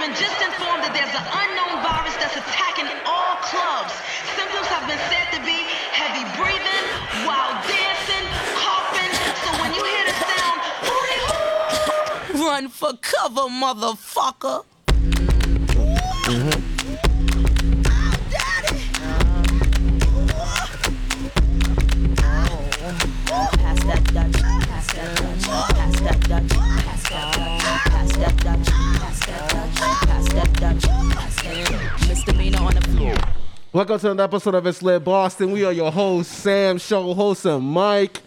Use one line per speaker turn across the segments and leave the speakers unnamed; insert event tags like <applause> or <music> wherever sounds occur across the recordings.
been just informed that there's an unknown virus that's attacking all clubs. Symptoms have been said to be heavy breathing, wild dancing, coughing. So when you hear the sound, hooty hoo, run for cover, motherfucker. Oh, daddy.
Pass that Dutch, pass that Dutch, pass that Dutch, pass that Dutch, pass that Dutch, pass that Dutch, pass that Dutch, pass that Dutch. Misdemeanor on the floor.
Welcome to another episode of It's Lit Boston. We are your host, Sam Show, host and Mike.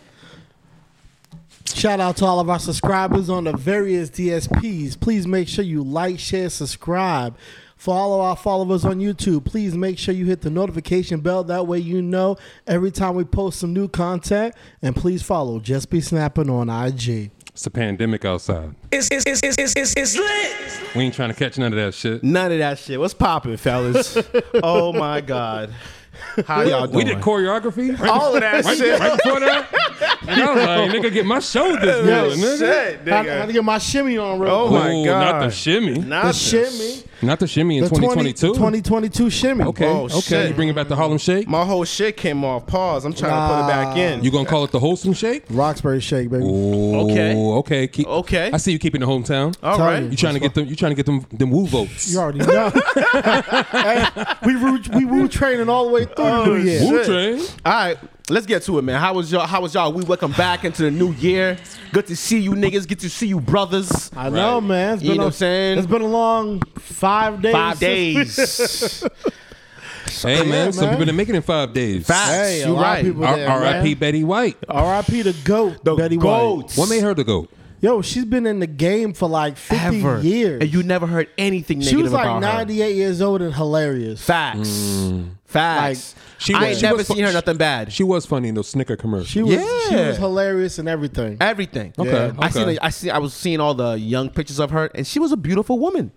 Shout out to all of our subscribers on the various DSPs. Please make sure you like, share, subscribe. For all of our followers on YouTube, please make sure you hit the notification bell. That way you know every time we post some new content. And please follow Just Be Snapping on IG.
It's a pandemic outside.
It's, it's, it's, it's, it's, it's lit.
We ain't trying to catch none of that shit.
None of that shit. What's popping, <laughs> fellas? oh my God. How y'all doing?
We did choreography. Right,
all of Oh,
<laughs>
that
right,
shit.
right before that. And I was like,
<laughs>
nigga, get my show
Yo,
this morning, nigga.
shit,
I, I had to
nigga.
get my shimmy on real
Oh
quick.
my
Ooh,
God.
Not the shimmy.
Not
The
this.
shimmy.
Not the shimmy in
The
2022.
2022 shimmy.
okay,
Oh,
okay.
shit.
You bringing back the Harlem Shake?
My whole shit came off pause. I'm trying to put it back in.
You gonna call it the wholesome shake?
Roxbury Shake, baby.
Oh. Ooh,
Okay.
okay, keep,
Okay.
I see you keeping the hometown.
all
Tell
right.
you.
You trying to get them? You trying to get them? Them woo votes?
You
<laughs>
already know. <laughs> Hey, we woo, we woo training all the way through
Oh,
the new year.
Woo train.
All right, let's get to it, man. How was y'all? How was y'all? We welcome back into the new year. Good to see you, niggas. Good to see you, brothers.
I know, man. It's
You
been
know
a,
what I'm saying?
It's been a long five days.
Five
since-
days.
Hey man,
Yeah,
some
man.
people didn't make it in five days.
Facts.
Hey, a
you
lot
right.
of people
R-
there,
R.I.P.
man.
Betty White.
R.I.P. the
<laughs>
GOAT,
The
Betty
goat.
White.
What made her the goat?
Yo, she's been in the game for like 50
Ever.
years.
And you never heard anything
she
negative
was like
about her.
98 years old and hilarious.
Facts. Mm. Facts.
Like,
She
I
was-
ain't
she
never
was fu-
seen her nothing bad.
She was funny in those Snicker commercials.
She was, she
Yeah.
was hilarious and everything.
Everything.
Okay,
I
okay.
seen. I see. I was seeing all the young pictures of her, and she was a beautiful woman.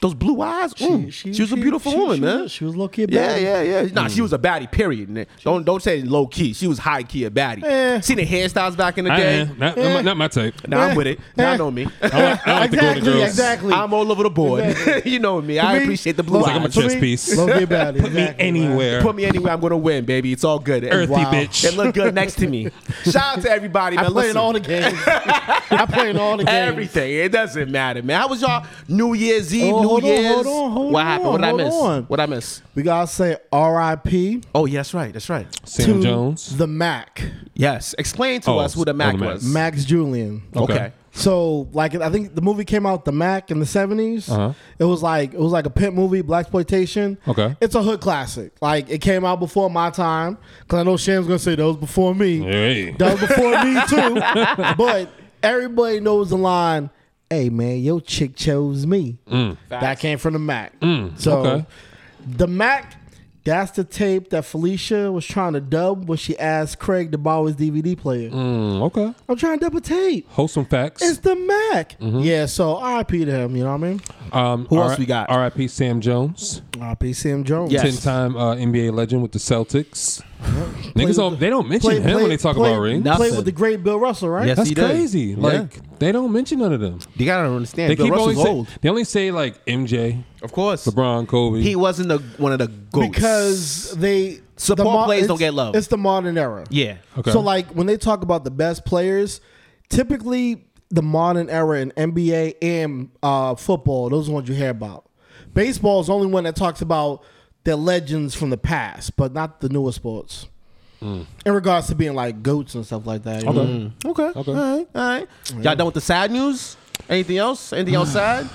Those blue eyes. mm, She, was a beautiful
she-
woman,
she
man.
was- she was low key.
Yeah, yeah, yeah. Nah,
Mm.
she was a baddie. Period. nigga. Don't don't say low key. She was high key a baddie.
Eh.
Seen the hairstyles back in the
I
day.
ain't. Not, not my- not my type.
Now I'm with it. Now I know me.
I like, I like the golden
Eh. <laughs> Exactly,
girls.
exactly.
I'm all over the board. <laughs> you know me. I
me,
appreciate the blue
like I'm a
eyes.
chess piece.
Low key bad.
Put me anywhere.
Put me anywhere, I'm gonna win, baby. It's all good.
Earthy
Wow.
bitch.
It look good next to
<laughs>
me. Shout out to everybody, man.
I played
Listen.
all the games.
<laughs>
I played all the games.
Everything. It doesn't matter, man. How was y'all New Year's Eve,
Oh,
New
hold on,
Year's?
hold on, hold
what happened? What did I
on,
miss?
hold on.
What I miss?
We gotta say R.I.P.
Oh, yes, right. That's right.
Sam
to
Jones.
the Mac,
Yes. Explain to
Oh,
us who the
oh,
Mac
the Mac.
was.
Max Julian.
Okay.
Okay.
So like I think the movie came out the Mac in the 70s
Uh-huh.
It was like it was like a pimp movie, black exploitation.
Okay.
it's a hood classic. Like it came out before my time because I know Sham's gonna say that was before me.
Hey.
That was before me
<laughs>
too. But everybody knows the line. Hey man, your chick chose me. That came from the Mac. so
Mm. okay.
the Mac. That's the tape that Felicia was trying to dub when she asked Craig to borrow his DVD player.
Mm, okay.
I'm trying to dub a tape.
Wholesome facts.
It's the Mac.
Mm-hmm.
Yeah, so RIP to him, you know what I mean?
um,
Who else
R-
we got?
R.I.P. Sam Jones,
RIP Sam Jones.
Yes.
ten-time uh, NBA legend with the Celtics. Niggas don't. They don't mention
Play-
him
play-
when they talk
play-
about rings.
Nothing.
Played with the great Bill Russell, right?
Yes.
That's
he did.
crazy.
Yeah.
Like they don't mention none of them.
You gotta understand.
They
Bill
keep
Russell's
only say-
old.
they only say like MJ,
Of course.
LeBron, Kobe.
He wasn't the, one of the goats.
Because they
Support
the
players
it's-
don't get love.
It's the modern era.
Yeah.
Okay.
So like when they talk about the best players, typically the modern era in NBA and uh, football, those are the ones you hear about. Baseball is the only one that talks about their legends from the past, but not the newer sports.
Hmm.
In regards to being like goats and stuff like that. you know?
Okay. All right. All right. Y'all done with the sad news? Anything else? Anything else
<sighs>
sad?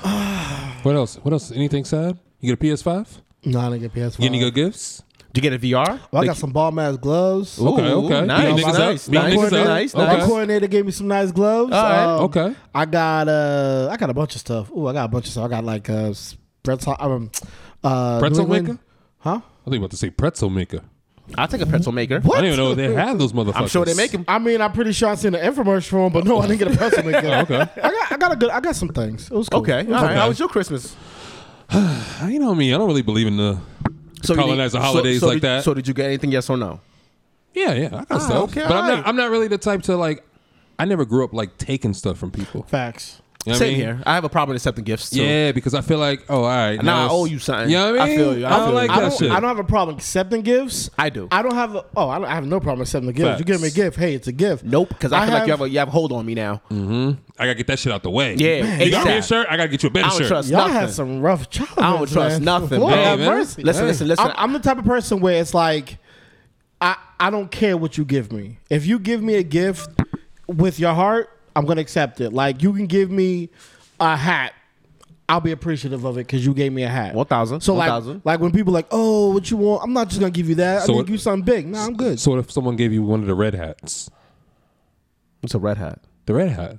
what else? What else? Anything sad? You get a PS Five?
No, I didn't get PS5.
You get any
Uh,
good gifts?
Did you get a VR?
Well, Oh, I got some ball mask gloves.
Ooh,
Okay, okay.
Nice.
Beating niggas
Nice.
up. Beating
Nice.
niggas up.
Nice.
Okay.
My
Nice.
coordinator gave me some nice gloves. Um,
All right,
okay.
I got uh, I got a bunch of stuff. Ooh, I got a bunch of stuff. I got like uh, s- pretzel, um, uh, New
Pretzel
England-
maker?
huh?
I think you about to say pretzel maker.
I'll take a pretzel maker.
I don't even know they had those motherfuckers.
I'm sure they make them.
I mean, I'm pretty sure I seen an infomercial for 'em, but no, I didn't get
<laughs>
a pretzel maker.
okay.
I got, I got a good, I got some things. It was cool.
Oh, Okay.
It
All
was
right.
okay.
How was your Christmas?
Ah, You know me. I don't really believe in the
So you didn't-
colonizer holidays
so, so
like
did,
that.
So did you get anything? Yes or no?
yeah, yeah. I got stuff.
Ah, okay,
but I'm
alright.
not. I'm not really the type to like. I never grew up like taking stuff from people.
Facts.
You know what I
Same
mean?
here. I have a problem accepting gifts too.
Yeah, because I feel like, oh, all right.
Nah, I
it's-
owe you something.
You know what I
I
mean?
feel you. I
I, don't
feel
like
you.
I
that
don't,
shit.
I don't have a problem accepting gifts.
I do.
I don't have a. Oh, I, don't, I have no problem accepting the gifts. You give me a
Facts.
gift. Hey, it's a gift.
Nope, because I, feel like you have
have-
a, you have a hold on me now.
Mm. I gotta get that shit out the way.
Yeah,
You got me a
ASAP.
shirt? I gotta get you a better
I don't
shirt.
trust
Y'all
nothing.
had some rough childhoods.
I don't trust
man.
nothing,
Lord
man.
have
Hey, man.
mercy.
Listen,
Hey.
listen, listen.
I'm, I'm the type of person where it's like, I I don't care what you give me. If you give me a gift with your heart, I'm gonna accept it. Like you can give me a hat. I'll be appreciative of it because you gave me a hat.
1,000,
So like,
1,000.
like when people like, oh, what you want? I'm not just gonna give you that.
So
I'm gonna
what-
give you something big. Nah, I'm good.
So what if someone gave you one of the red hats?
It's a red hat.
The red hat.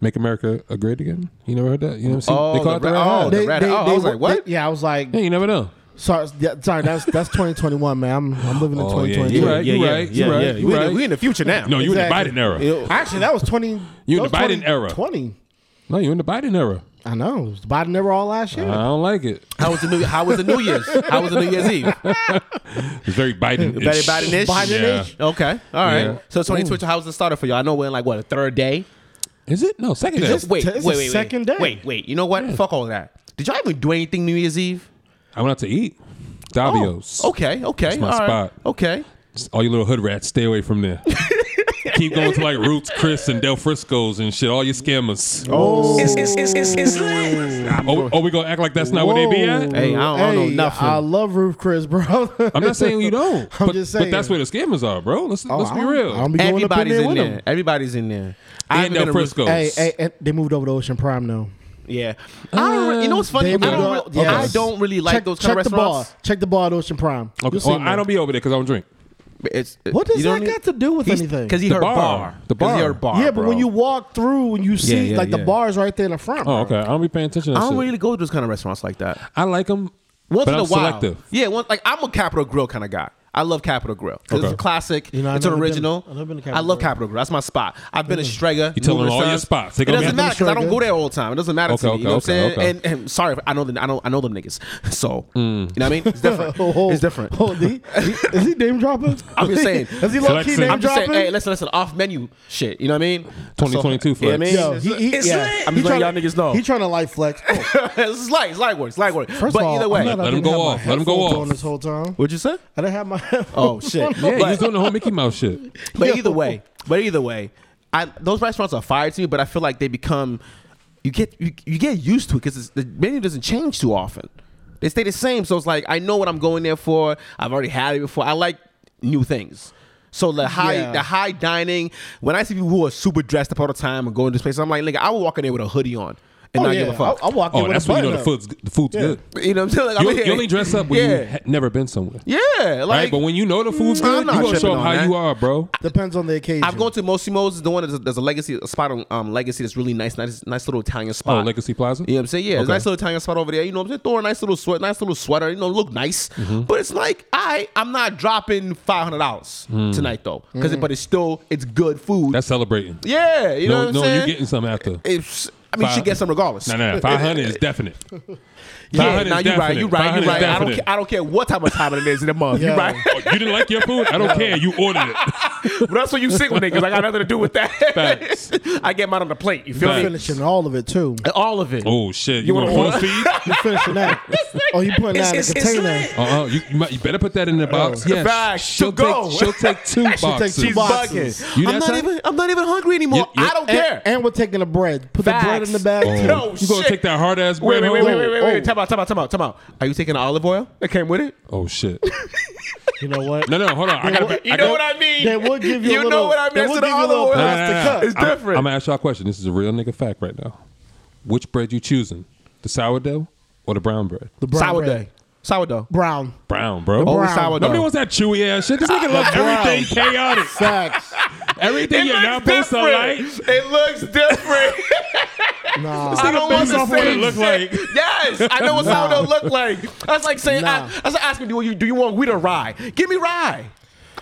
Make America a great again. You never heard that? You never seen?
Oh,
they call
the
it the
red-
red
oh,
hat.
the red- I was
wa-
like, what?
they- yeah, I was like,
yeah, you never know.
sorry, yeah, sorry. That's that's 2021, man. I'm I'm living in
Oh, yeah,
2022.
you're right. you right, you right, you
We, in,
right.
the- we in the future now.
No, you
Exactly.
in the Biden era.
Actually, that was 20.
You in
that
the
was
Biden era.
20.
No, you in the Biden era.
I know. It was Biden never all last year.
I don't like it.
How was the new? How was the New Year's? How was the New Year's
<laughs>
Eve?
It's very Biden.
Very Biden-ish?
Yeah.
Biden-ish?
Okay, all right.
Yeah. Mm.
So 2020, how was the starter for y'all? I know we're in like what a third day.
Is it? No, second.
Is
day.
this-
Wait, wait,
It's the
wait, wait.
second day.
Wait, wait. You know what?
Mm.
Fuck all that. Did y'all even do anything New Year's Eve?
I went out to eat. Davio's.
Okay, okay,
That's my
all right.
spot.
Okay.
All you little hood rats, stay away from <laughs> there. Keep going to like Roots, Chris, and Del Frisco's and shit. All you scammers. Oh,
It's it's it's it's it's lit.
oh, we gonna act like that's not where they be at?
Hey, I don't, I don't know
Hey,
nothing.
I love Roof Chris, bro.
I'm not saying
<laughs>
you
<laughs>
don't.
I'm
but,
just
But that's
saying.
where the scammers are, bro. Let's
Oh,
let's
I
be
don't-
real.
I don't be going up in
Everybody's
there
in
with
there.
him.
Everybody's in there. I haven't been
and Del
to Roots-
Frisco's.
Hey, hey, hey, they moved over to Ocean Prime now.
Yeah. I don't re- you know what's funny?
They
I don't,
moved
re-
over-
I
yes.
don't really like
check,
those kind of
check the bar.
restaurants.
Check the bar at Ocean Prime.
Okay.
You'll see
Well,
me.
I don't be over there because I don't drink.
It's,
What does that got to do with anything?
Because he
The
heard
bar.
bar.
The
'Cause He
bar.
heard bar.
yeah, but when
bro.
you walk through and you see
yeah,
like
yeah.
the bars right there in the front.
Oh, okay.
bro.
I don't be paying attention. To
I
that
don't
shit.
really go to those kind of restaurants like that.
I like them.
Once in
but I'm
a while.
selective.
Yeah, once, like I'm a Capital Grill kind of guy. I love Capital Grill. 'Cause It's
Okay.
a classic.
You know, I've
it's an
never been-
original.
I've never been to
I
Capital
love
Grill.
Capital Grill. That's my spot. I've been to Strega. You
telling all your spots. They
It
gonna be
doesn't
after
matter because I
Strega.
don't go there all the time. It doesn't matter
Okay,
to me. you know what I'm
okay,
saying?
okay, okay.
And, and sorry, if I know the I don't I know them niggas. So you know what I mean? It's different.
<laughs> Oh,
it's different.
Oh, he- he- is he name dropping?
I'm just saying.
<laughs> is he low key
Flexing.
name
I'm just
dropping?
saying, hey, listen, listen, off menu shit. You know what I mean?
2022
So, you know what I mean?
flex.
Yo, he, he,
It's
yeah.
lit.
I'm
He
just letting
tryna-
y'all niggas know.
He trying to light flex. Oh,
this is light, <laughs> it's light work, it's light work.
First
but
of all,
either
I'm
way,
glad I
Let him
didn't
go
have my
off. Let him go
headphones
off.
on This whole time,
what'd you say?
I didn't have <laughs> my.
Oh
headphones
shit!
on.
Yeah, you was doing the whole Mickey Mouse shit.
But
Yo.
either way, but either way, I those restaurants are fire to me. But I feel like they become you get you, you get used to it because the menu doesn't change too often. They stay the same, so it's like I know what I'm going there for. I've already had it before. I like new things. So the high
Yeah.
the high dining. When I see people who are super dressed up all the time and going to place, I'm like, nigga, I will walk in there with a hoodie on and
Oh,
not
yeah.
give a fuck.
I, I walk in
Oh,
with
that's
a
when you
button
know the
up.
food's the food's good.
you know what I'm saying? Like, I'm
You,
like,
you only dress up when
yeah.
you ha- never been somewhere.
yeah, like Mm,
right, but when you know the food's
I'm
good,
not
you gonna
tripping
show up
on
how
that.
you are, bro.
Depends on the occasion.
I've gone to Mosimo's, the one that's there's a legacy a spot on um, Legacy that's really nice, nice, nice little Italian
Oh,
spot.
Legacy Plaza.
You know what I'm saying? Yeah, it's a
Okay.
nice little Italian spot over there. You know what I'm saying? Throw a nice little sweat, nice little sweater. You know, look nice.
Mm-hmm.
But it's like I, I'm not dropping five hundred dollars tonight though, because but it's still it's good food.
Mm. That's celebrating.
yeah, you know
no,
what I'm
no,
saying?
you're getting something after.
It's, I mean, you should
Five-
get some regardless.
No, no, no. 500 is
<laughs>
definite. 500
Yeah, now
is
you're right.
definite.
You're right.
500
You're
is
right. I don't,
definite.
ca- I don't care what type of time it is in the month.
Yeah.
You're right.
Oh, you didn't like your food?
<laughs>
I don't care. You ordered it.
but that's what you single niggas. I got nothing to do with that.
Facts.
<laughs> I get mine on the plate. You feel
Facts.
me?
finishing all of it too.
All of it.
Oh shit! You,
wanna
want force
order?
<laughs>
feed?
You
<laughs>
finishing that? Oh, you putting that in
It's
a
it's it's
container?
lit.
Uh uh You, you, might, you better put that in the box. Yes.
Oh. Facts.
She'll
To go.
take. She'll take
<laughs>
two
She'll take
boxes.
two
She's
boxes.
bugging.
You
I'm
that
not
type?
even. I'm not even hungry anymore.
You- eh, you-
I don't
And-
care.
And we're taking the bread. Put the bread in the bag.
Facts.
too.
No,
Oh. You gonna
shit.
take that hard ass
Wait,
bread
wait, wait,
home?
wait, wait, wait,
Oh.
wait. Time out, time out, time out, time out. Are you taking the olive oil that came with it?
Oh shit!
You know
<laughs>
what?
No, no, hold on. I gotta. be-
You
I
know
gotta-
what I mean?
They will give you.
You
a
know
little,
what I mean?
They
That's
will
an
give you a
olive
little
oil.
plastic cup.
It's different.
I'm, gonna ask y'all a question. This is a real nigga fact right now. Which bread you choosing? The sourdough or the brown bread?
The brown
sourdough.
bread.
Sourdough.
Brown.
brown, bro.
Always
Brown.
sourdough. Uh,
Nobody wants that chewy ass shit. This nigga loves everything
<laughs>
chaotic.
Facts.
Everything you're not supposed to like.
It looks
<laughs>
different. I
Nah.
don't want
based
to
off what
say
it look
shit.
like.
Yes, I know what
Nah.
sourdough look like. That's like saying,
Nah.
I, that's like asking, do you do you want wheat or rye? Give me rye.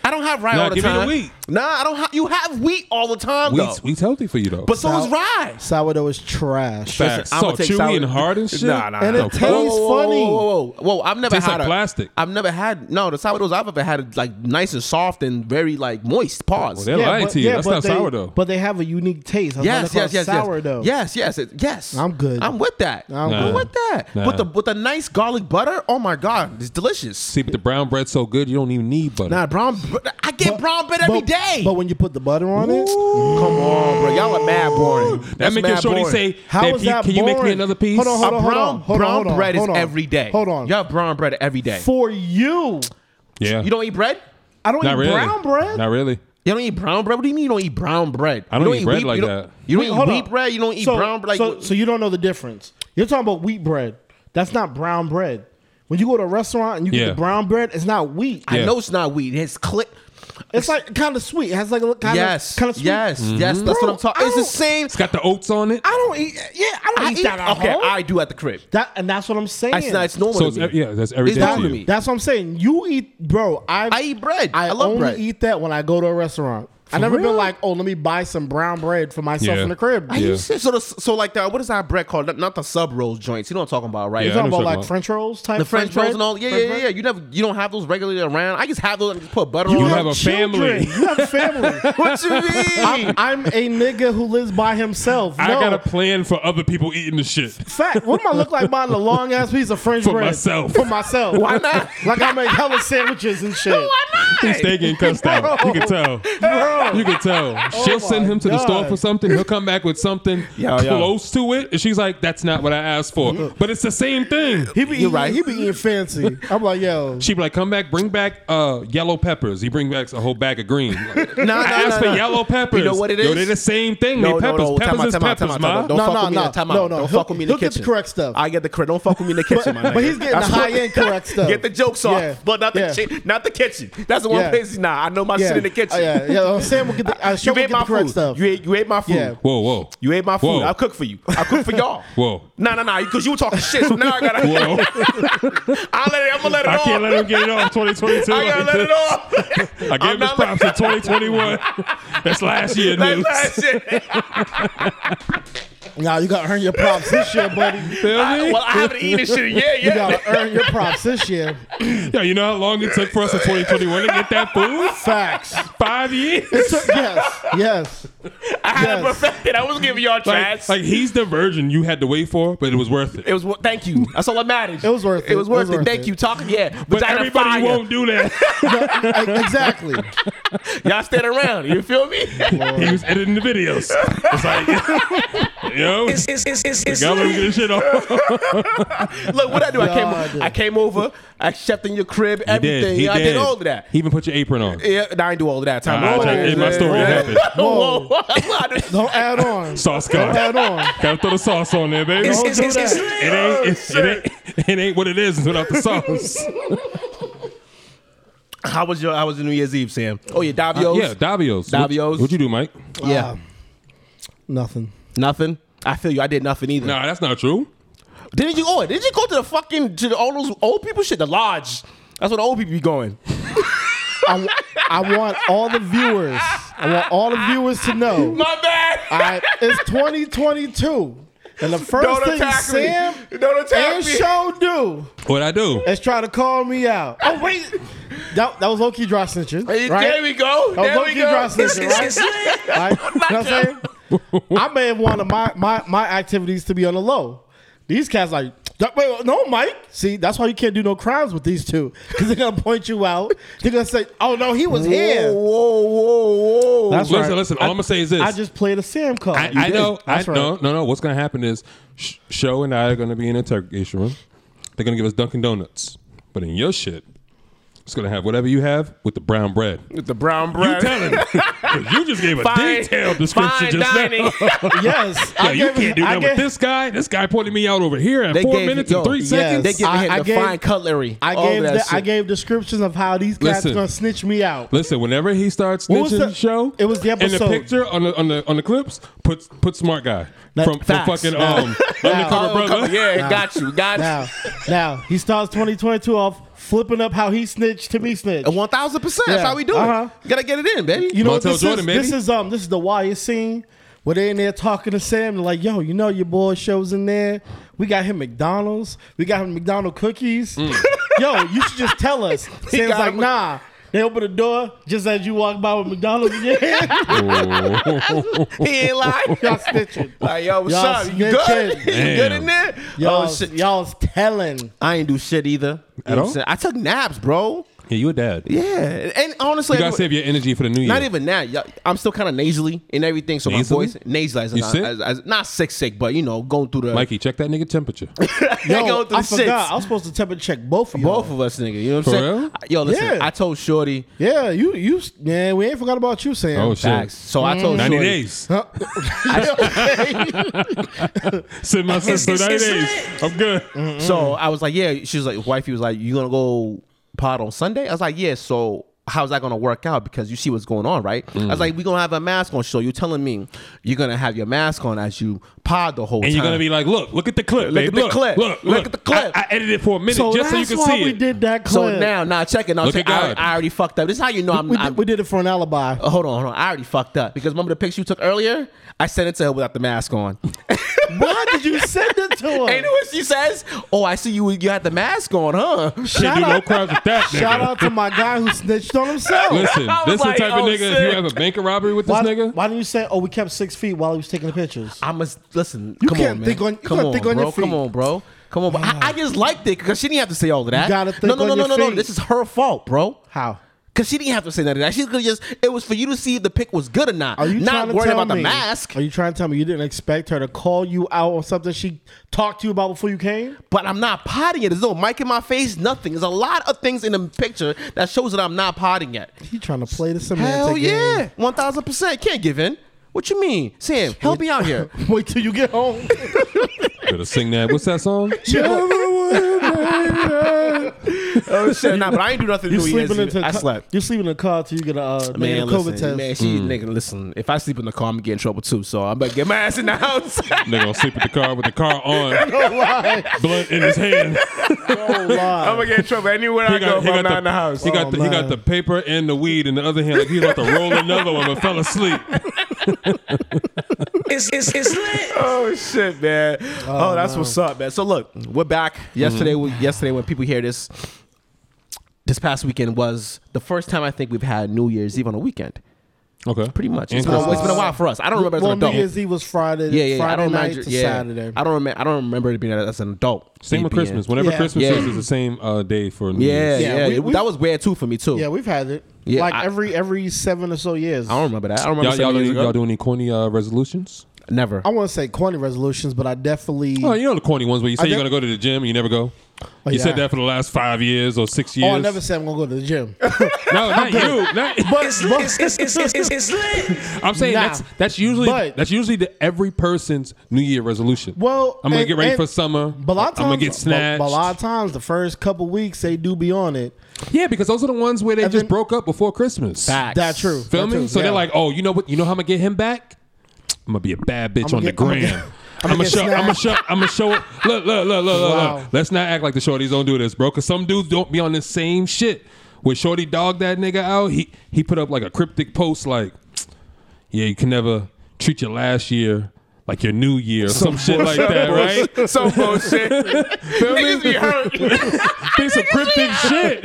I don't have rye
Nah,
all the
give me the
time.
wheat.
Nah, I don't. Ha- you have wheat all the time though.
Wheat's, wheat's healthy for you though.
but so is
Sou-
rye.
Sourdough is trash.
Facts.
Listen, I'ma
So
take
chewy
sour-
and hard and shit?
Nah, nah,
And
nah.
it tastes funny.
Whoa, whoa, whoa, whoa. I've never
Tastes
had
like
a-
plastic.
I've never had no the sourdoughs I've ever had is, like nice and soft and very like moist. Pause.
They're lying to you. That's
but
not
they,
sourdough.
But they have a unique taste. That's
yes,
why
yes,
they
yes,
call it sourdough.
yes, yes, yes, it- yes.
I'm good.
I'm with that.
I'm
I'm
Nah.
with that.
Nah.
With the with the nice garlic butter. Oh my god, it's delicious.
See, but the brown bread's so good, you don't even need butter.
Nah, brown. br- I get brown bread every
but,
day.
But when you put the butter on it,
Come on, bro. Y'all are mad boring.
that
That's
make your
mad
shorty
boring.
say,
How
"Babe,
is
you-
that
can you make me
boring?
another piece?
Hold on, hold
A
on, hold
brown,
on, hold on,
brown
hold on,
bread
hold
is
on.
every day.
Hold on.
Y'all have brown bread every day.
for you,
Yeah.
You don't eat bread?
I don't
Not
eat
really.
brown bread.
Not really.
You don't eat brown bread? What do you mean you don't eat brown bread?
I don't
You
eat bread
wheat-
like
you don't-
that.
You
Wait,
don't
hold
eat wheat
on.
bread? You don't eat
So-
brown bread? Like,
so, so you don't know the difference. You're talking about wheat bread. That's not brown bread. When you go to a restaurant and you
Yeah.
get the brown bread, it's not wheat.
I
Yeah.
know it's not wheat. It's click.
It's like kind of sweet. It has like a kind of
Yes.
kind of sweet.
Yes.
Mm-hmm.
Yes. That's
Bro,
what I'm talking
I
It's the
don't-
same.
It's got the oats on it.
I don't eat. Yeah, I don't
I
eat,
eat-
that at
okay,
home.
I do at the crib.
that, and that's what I'm saying.
It's not. It's normal.
So
to
it's
me.
ev- yeah, that's every
It's
day to
normal to
you.
me.
That's what I'm saying. You eat, bro. I
I eat bread. I,
I
love
only
bread.
eat that when I go to a restaurant. I never
real?
been like, oh, let me buy some brown bread for myself
Yeah.
in the crib.
Are
You
Yeah.
you serious? So, the, so like that. What is that bread called? Not- Not the sub roll joints. You know what I'm talking about, right?
Yeah, I know
talking
what
about
you're
like
talking
French rolls type?
the French
bread?
rolls and all. Yeah,
French
yeah, yeah,
bread?
yeah. You never, you don't have those regularly around. I just have those and just put butter
You
on.
have
them.
a family.
Children. You have family.
<laughs>
what <laughs> you mean?
I'm, I'm a nigga who lives by himself. No.
I got a plan for other people eating the shit.
fact. What am I look like buying a long ass piece of French
For
bread
myself.
For myself.
Why not?
Like I make hella sandwiches and shit.
He's taking cussed out. You can tell. You can tell. She'll send him to the store
God.
for something. He'll come back with something
Oh <laughs> Yo, yo.
close to it, and she's like, "That's not what I asked for." But it's the same thing.
He be
You're
eating,
right.
He be eating fancy. I'm like,
<laughs>
yo.
She'd be like, "Come back, bring back uh, yellow peppers." He bring back a whole bag of green. <laughs> Like,
Nah,
I
nah,
asked
nah,
for
nah.
yellow peppers.
You know what it
Yo,
is?
they're the same thing. they peppers. Peppers
out,
is
out,
peppers,
out,
ma.
time out. Don't
No,
fuck
no,
with me. in the
no,
time
no,
out.
no.
Don't
He'll-
fuck with me in the
he'll get
kitchen.
the correct stuff.
I get the correct. Don't fuck with me in the kitchen, my nigga.
But- but he's getting the
what- <laughs>
high-end correct stuff.
Get the jokes
Yeah.
off, but not the
Yeah.
chi- not the kitchen. That's the one
Yeah.
place. Nah, I know my shit in the kitchen.
Oh, yeah, yeah. oh, Sam will get the. Uh,
<laughs>
Sam
You
will
ate
get
my
the correct
food.
stuff.
You ate you ate my food.
Yeah.
Whoa, whoa.
You ate my food.
Whoa.
I cook for you. I cook for
<laughs>
y'all.
Whoa.
No, no, no. Because you were talking shit. So now I gotta. <laughs>
Whoa.
I let it. I'm gonna let it
I
off.
can't
<laughs>
let him get it off 2022.
I gotta
like
let it
this.
<laughs>
<laughs> off.
I
I'm
gave his
not let-
props in 2021. <laughs> That's last year
Like,
news.
like, shit. <laughs>
Nah, you gotta earn your props this year, <laughs> buddy. You
<laughs> Feel me?
Well, I haven't eaten this shit in
<laughs>
yeah, yeah.
gotta earn your props this year.
Yo, you know how long it took for us in 2021 to get that food?
Facts.
Five years.
So- yes, yes.
I had it <laughs>
Yes.
perfected. I was giving y'all
Like,
trash.
like he's the virgin you had to wait for, but it was worth it.
It was wor- thank you. That's all that matters.
It was worth
It was worth it.
worth
Thank
it.
you. Talking yeah.
But
Vagina
everybody
fire.
won't do
<laughs>
that.
E- Exactly.
Y'all stand around. You feel me? <laughs>
he was editing the videos. It's like, <laughs> yo,
It's it's it's it's it's
gotta let him get
lit.
his shit off.
Look what I do. I came.
God.
I came over. I chef in your crib. Everything. I did. all of that.
He even put your apron on.
Yeah, no, I didn't do all of that. Time.
I
out.
tried to end my
<laughs>
story happy.
Whoa. I didn't-
Don't add on.
Sauce
Don't
gone.
add on.
Gotta throw the sauce on there, baby.
It's
It
it's it's it's
Don't do
lit.
ain't, it, it ain't, <laughs> it ain't what it is without the sauce.
<laughs> How was your? How was the New Year's Eve, Sam? Oh yeah, Davios.
Uh, Yeah, Davios. What-
Davios.
What'd you do, Mike?
yeah.
Nothing.
Nothing. I feel you. I did nothing either.
Nah, that's not true.
Didn't you? Oh, did you go to the fucking to the, all those old people shit? The lodge. That's where the old people be going.
I, w- I want all the viewers. I want all the viewers to know.
My bad.
I, it's 2022, and the 1st
Don't
thing
attack me.
Sam
Don't attack
and
me. <laughs>
Show do
What I do?
is try to call me out. Oh wait, that, that was low key dry snitching.
Hey,
Right? Oh,
There we go.
That was
There
low
we
key
go.
dry snitching.
<laughs>
It's
Right?
it's lit.
Right? You know what I'm saying? I made one of my, my, my activities to be on the low. These cats like, "That- wait, no, Mike. See, that's why you can't do no crimes with these two. Because they're going to point you out. They're going to say, oh, no, he was
Whoa,
here.
whoa, whoa, whoa.
That's
listen,
right.
listen. All I, am gonna say is this.
I just played a Sam card.
I,
You
I
did.
know. I,
That's right.
No, no, no. What's gonna happen is, Sh- Show and I are gonna be in an interrogation room. They're gonna give us Dunkin' Donuts, but in your shit, it's gonna have whatever you have with the brown bread.
With the brown
You
bread.
<laughs> telling me?
<laughs>
'Cause you just gave a
Fine-
detailed
fine
description
<laughs>
just <laughs>
dining.
now.
Yes.
Yo, you
gave-
can't do
I
that with
gave-
this guy. This guy pointed me out over here at
They
four
gave-
minutes
yo,
and three
yes.
seconds.
They giving
I-
him
I
the
gave-
fine cutlery.
I
all
gave,
that
the, I
shit.
gave descriptions of how these cats
Listen.
going to snitch me out.
Listen, whenever he starts
What was
snitching
the-
show,
it was the
And the
episode.
picture on the on the on the clips, put put smart guy
Now-
from, from
Facts.
fucking
Now- <laughs>
um
now-
<laughs>
undercover
Oh,
brother.
come- yeah, got you, got you.
Now, now he starts 2022 off. flipping up how he snitched to me snitch.
One thousand percent. That's
Yeah.
how we do
Uh-huh.
it. Gotta get it in, baby.
<laughs> You know what
Montel
this
Jordan,
is?
baby.
This is um this is the wire scene where they in there talking to Sam. They're like, yo, you know your boy shows in there. We got him McDonald's. We got him McDonald cookies. <laughs> yo, you should just tell us.
<laughs>
Sam's
Mm. got
like,
him a-
nah. They open the door just as you walk by with McDonald's in
<laughs>
your hand. <laughs>
he ain't lying.
Y'all snitching.
Like, yo, what's
Y'all
up? You good? <laughs>
snitching.
you good in
Damn.
there?
Y'all,
oh, shit.
y'all's telling.
I ain't do shit either.
At
You know what
all?
I'm saying? I took naps, bro.
Yeah, you a dad.
Yeah, and honestly,
You gotta
I-
save your energy for the new year.
Not even that. Y'all- I'm still kind of nasally and everything, so
Nasally?
my voice nasally. As,
You
as,
sick?
as- as- not sick, sick, but you know, going through the <laughs>
Mikey, check that nigga temperature.
Yo,
going through
I
the
forgot.
shits.
I was supposed to temper check both of you.
Both of us, nigga. You know what I'm
For
saying?
real?
Yo, listen.
Yeah.
I told Shorty
Yeah, you, you, yeah. We ain't forgot about you, Sam.
oh shit.
facts. So I told
90
Shorty,
days. <laughs> Send my sister 90 days. I'm good.
<laughs> So I was like, yeah. She was like, wifey was like, you gonna go pod on Sunday? I was like, yeah. So how's that gonna work out? Because you see what's going on, right? I
Mm.
was like, we gonna have a mask on. So you're telling me you're gonna have your mask on as you pod the whole
And
time.
you're gonna be like, look, look at the clip.
Look
babe.
at the clip.
Look,
Look at the clip.
I, I edited it for a minute
so
just
that's
so you can
why
see
we
it.
did that clip.
so now, now check it. Now
Look
check.
at
I,
God.
I already fucked up. This is how you know I'm.
we,
I'm
did, we did it for an
<laughs>
alibi.
Oh, hold on, hold on. I already fucked up because remember the picture you took earlier? I sent it to her without the mask
<laughs>
on.
Why did you send it
<laughs>
to
Ain't it
her?
what she says? Oh, I see you. You had the mask on, huh?
Can't
Shout
do no
out,
crimes with that. Nigga.
shout out to my guy who snitched on himself.
Listen,
<laughs> I was
this is the
like,
type of
oh,
nigga. If you
sick.
have a bank robbery with this
why,
nigga,
why didn't you say, "Oh, we kept six feet while he was taking the pictures"?
I must listen.
You
come
can't
on, man.
think on- you
come
gotta
on,
think on
bro.
your feet.
Come on, bro. Come on. Bro. I, I just liked it because she didn't have to say all of that.
gotta think
no, no,
on
no,
your
no, no, no.
feet.
This is her fault, bro.
How?
Because she didn't have to say none of that. She could just. It was for you to see if the pic was good or not.
Are you
not
trying to
worried
tell
about
me,
the mask?
Are you trying to tell me you didn't expect her to call you out on something she talked to you about before you came?
But I'm not potting it. There's no mic in my face. Nothing. There's a lot of things in the picture that shows that I'm not potting it.
He trying to play the semantic
Hell yeah,
game.
one thousand percent. Can't give in. What you mean, Sam? Help me out here.
<laughs> Wait till you get home.
better sing that. What's
<laughs>
that song?
<laughs> oh shit, nah, but I ain't do nothing.
you
New Year's
sleeping in
Eve.
the
I
car-
slept.
You sleeping in the car till you get a uh,
Man,
negative COVID
listen,
test.
man, she nigga, listen. If I sleep in the car, I'm getting in trouble too. So I'm gonna get my ass in the house. <laughs>
nigga gonna sleep with the car with the car on, blunt in his hand.
Oh, wow.
I'm gonna get in trouble anywhere <laughs> I go. If I'm not in the house.
He got
Oh,
the, he got
man.
the paper and the weed in the other hand. Like he's about to roll another one, but fell asleep.
It's it's it's lit.
Oh shit, man. Oh, that's what's up, man. So look, we're back. Yesterday, we, yesterday when people hear this, this past weekend was the first time I think we've had New Year's Eve on a weekend.
Okay,
Pretty much. It's
And
been, a,
Christmas.
it's been a while for us. I don't remember as an
well, New
adult.
Year's Eve was Friday.
yeah, yeah, yeah.
Friday
I don't
night
remember.
to
yeah,
Saturday.
I don't remember. I don't remember it being as an adult.
Same with
being-
Christmas. Whenever
Yeah.
Christmas
Yeah.
is, it's the same uh, day for New
Yeah,
Year's.
Yeah,
yeah.
we-
It-
we-
that was weird too for me too.
Yeah, we've had it.
Yeah,
like
I-
every every seven or so years.
I don't remember that. I don't remember.
Y'all, y'all,
seven
do
years
any,
ago.
y'all do any corny uh, resolutions?
Never.
I want to say corny resolutions, but I definitely.
Oh, you know the corny ones where you say
I
you're
de-
gonna go to the gym and you never go.
Oh,
you
yeah.
said that for the last five years or six years.
Oh, I never said I'm gonna go to the gym.
No, not you. <laughs> Not,
It's lit. It's it's it's it's it's, it's lit.
I'm saying
Nah.
that's that's usually
But-
that's usually the every person's New Year resolution.
Well,
I'm gonna
and-
get ready
and-
for summer.
But a lot of times,
I'm gonna get
But,
snatched.
but a lot of times, the first couple weeks they do be on it.
yeah, because those are the ones where they
And
just
then-
broke up before Christmas.
Facts.
That true.
Feel
That
me?
true,
So
yeah.
they're like, oh, you know what? You know how I'm gonna get him back? I'm gonna be a bad bitch
I'ma
on the
get- I'ma get-
gram.
I'ma
I'm gonna
get
show. I'm gonna
snatched.
show. I'm gonna show. Look, look, look, look, look,
Wow.
look. Let's not act like the shorties don't do this, bro. Because some dudes don't be on the same shit. When Shorty dogged that nigga out, he he put up like a cryptic post like, yeah, you can never treat your last year like your new year or some, shit like that,
<laughs>
right?
Some <laughs> bullshit. Niggas be hurt.
Piece of cryptic shit,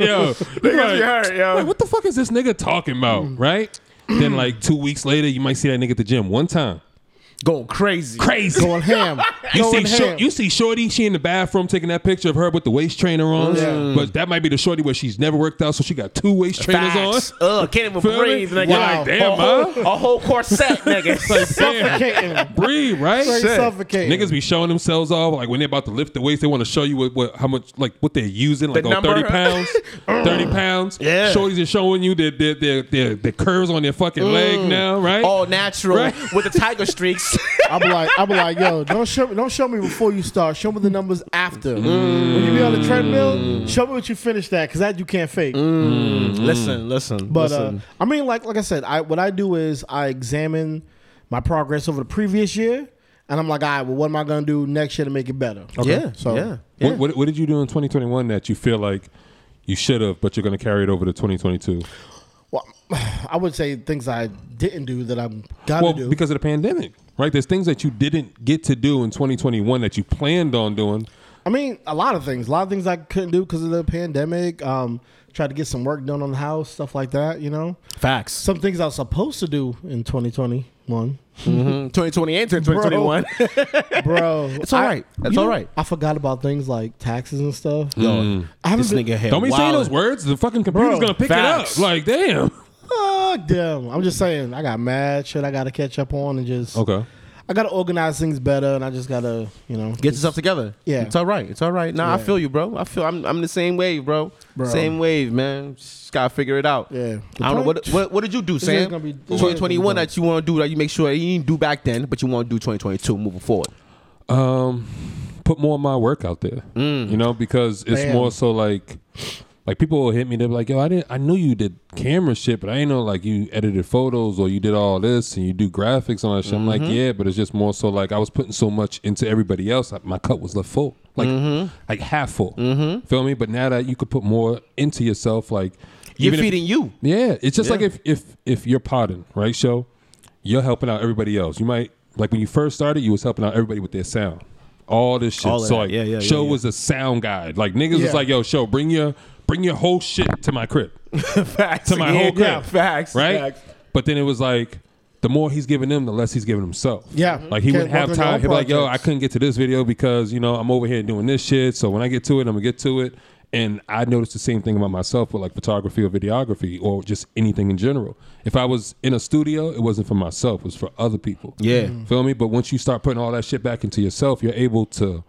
<laughs>
yo. Like,
Niggas be hurt, yo.
like, what the fuck is this nigga talking about, right? then like two weeks later, you might see that nigga at the gym one time.
Going crazy.
Crazy.
Going ham.
You see,
going
Shor-
ham.
you see Shorty, she in the bathroom taking that picture of her with the waist trainer on.
Yeah.
But that might be the Shorty where she's never worked out, so she got two waist trainers
Facts.
on.
Ugh, can't even
Feel me?
breathe. Nigga.
You're like, damn,
a whole,
huh?
a whole corset, nigga.
Like, damn,
Suffocating.
breathe, right?
Straight
Shit.
suffocating.
Niggas be showing themselves off like when they're about to lift the weights, they want to show you what, what how much like what they're using, like
The
on
number. Mm.
thirty
<laughs>
pounds, thirty pounds.
Yeah.
shorties are showing you their their their their, their curves on their fucking leg
Mm.
now, <laughs> right?
all natural
Right.
with the tiger streaks. <laughs>
I'll be like, I'll be like, yo, don't show me, don't show me before you start. Show me the numbers after.
Mm.
When you be on the treadmill, show me what you finished that, because that you can't fake.
Mm-hmm.
Listen, listen,
But uh,
Mm, listen.
I mean, like like I said, I what I do is I examine my progress over the previous year, and I'm like, all right, well, what am I gonna do next year to make it better?
yeah,
so-
yeah, yeah.
What, what, what did you do in 2021 that you feel like you should have, but you're going to carry it over to 2022.
Well, <sighs> I would say things I didn't do that I'm gotta
Well,
do.
because of the pandemic, right? There's things that you didn't get to do in 2021 that you planned on doing.
I mean, a lot of things. A lot of things I couldn't do because of the pandemic. Um, tried to get some work done on the house, stuff like that. You know,
Facts.
some things I was supposed to do in 2021,
2020 Mm, and 2021.
<laughs> bro.
It's all right.
I,
That's
you
all
know,
right.
I forgot about things like taxes and stuff. Mm. I haven't
this
been-
nigga here.
Don't be saying
wildin'.
those words. The fucking computer's
Bro,
going to pick
facts.
it up. Like, damn.
Fuck them. I'm just saying, I got mad shit I got to catch up on and just.
Okay.
I got to organize things better, and I just got to, you know,
Get yourself together.
Yeah.
It's all right. It's all right. Nah, I feel you, bro. I feel I'm I'm the same wave, bro.
Bro.
Same wave, man. Just gotta figure it out.
Yeah.
I don't know what what, what did you do,
year's
Sam?
gonna be- this year's
Twenty twenty one
gonna be
that you want to do that you make sure you didn't do back then, but you want to do twenty twenty two moving forward.
um put more of my work out there
Mm.
you know because it's
Bam.
more so like like people will hit me they'll be like yo i didn't i knew you did camera shit but i ain't know like you edited photos or you did all this and you do graphics and all that shit i'm like
Mm-hmm.
yeah but it's just more so like i was putting so much into everybody else like, my cup was left full like
Mm-hmm.
like half full feel me but now that you could put more into yourself like
You're
even if-
feeding
<laughs>
you.
yeah, it's just like if if if you're potting, right? Show you're helping out everybody else. You might like when you first started, you was helping out everybody with their sound, all this shit.
All of
so
that.
like,
Yeah, yeah,
show
yeah, yeah.
was a sound guy. Like niggas
Yeah.
was like, yo, show bring your bring your whole shit to my crib,
facts.
to my
yeah,
whole crib,
yeah, facts.
right?
Facts.
But then it was like. The more he's giving them, the less he's giving himself.
Yeah.
Mm-hmm.
like he
Can't
wouldn't have
work on your
time.
own
He'd be like, "Yo, I
projects.
couldn't get to this video because you know I'm over here doing this shit. So when I get to it, I'm gonna get to it." And I noticed the same thing about myself with like photography or videography or just anything in general. If I was in a studio, it wasn't for myself; it was for other people.
Yeah. Mhm.
feel me. But once you start putting all that shit back into yourself, you're able to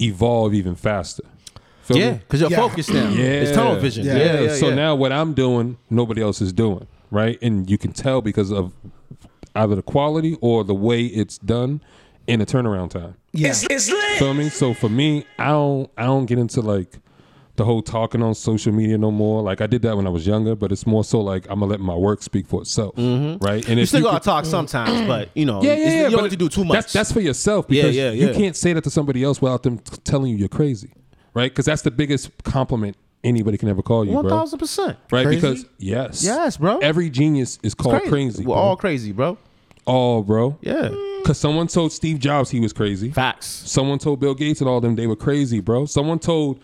evolve even faster. Feel
Yeah,
me?
because you're
Yeah.
focused now. It's tunnel vision. Yeah.
Yeah.
yeah,
so
yeah.
now what I'm doing, nobody else is doing, right? And you can tell because of either the quality or the way it's done and the turnaround time.
It's, it's lit.
Feel me? So for me, I don't I don't get into like the whole talking on social media no more. Like I did that when I was younger, but it's more so like I'm gonna let my work speak for itself, right? And
Mm-hmm. you
if
still
you
gotta
could-
talk sometimes, but you know,
yeah,
it's-
yeah, yeah,
you don't
but
need to do too much.
That's, that's for yourself
Yeah,
because
yeah, yeah.
you can't say that to somebody else without them t- telling you you're crazy, right? Because that's the biggest compliment anybody can ever call you,
one
bro.
thousand percent.
Right?
Crazy?
Because yes,
Yes, bro.
Every genius is called crazy.
We're
bro.
all crazy, bro.
all, bro.
Yeah.
Because someone told Steve Jobs he was crazy.
Facts.
Someone told Bill Gates and all them they were crazy, bro. Someone told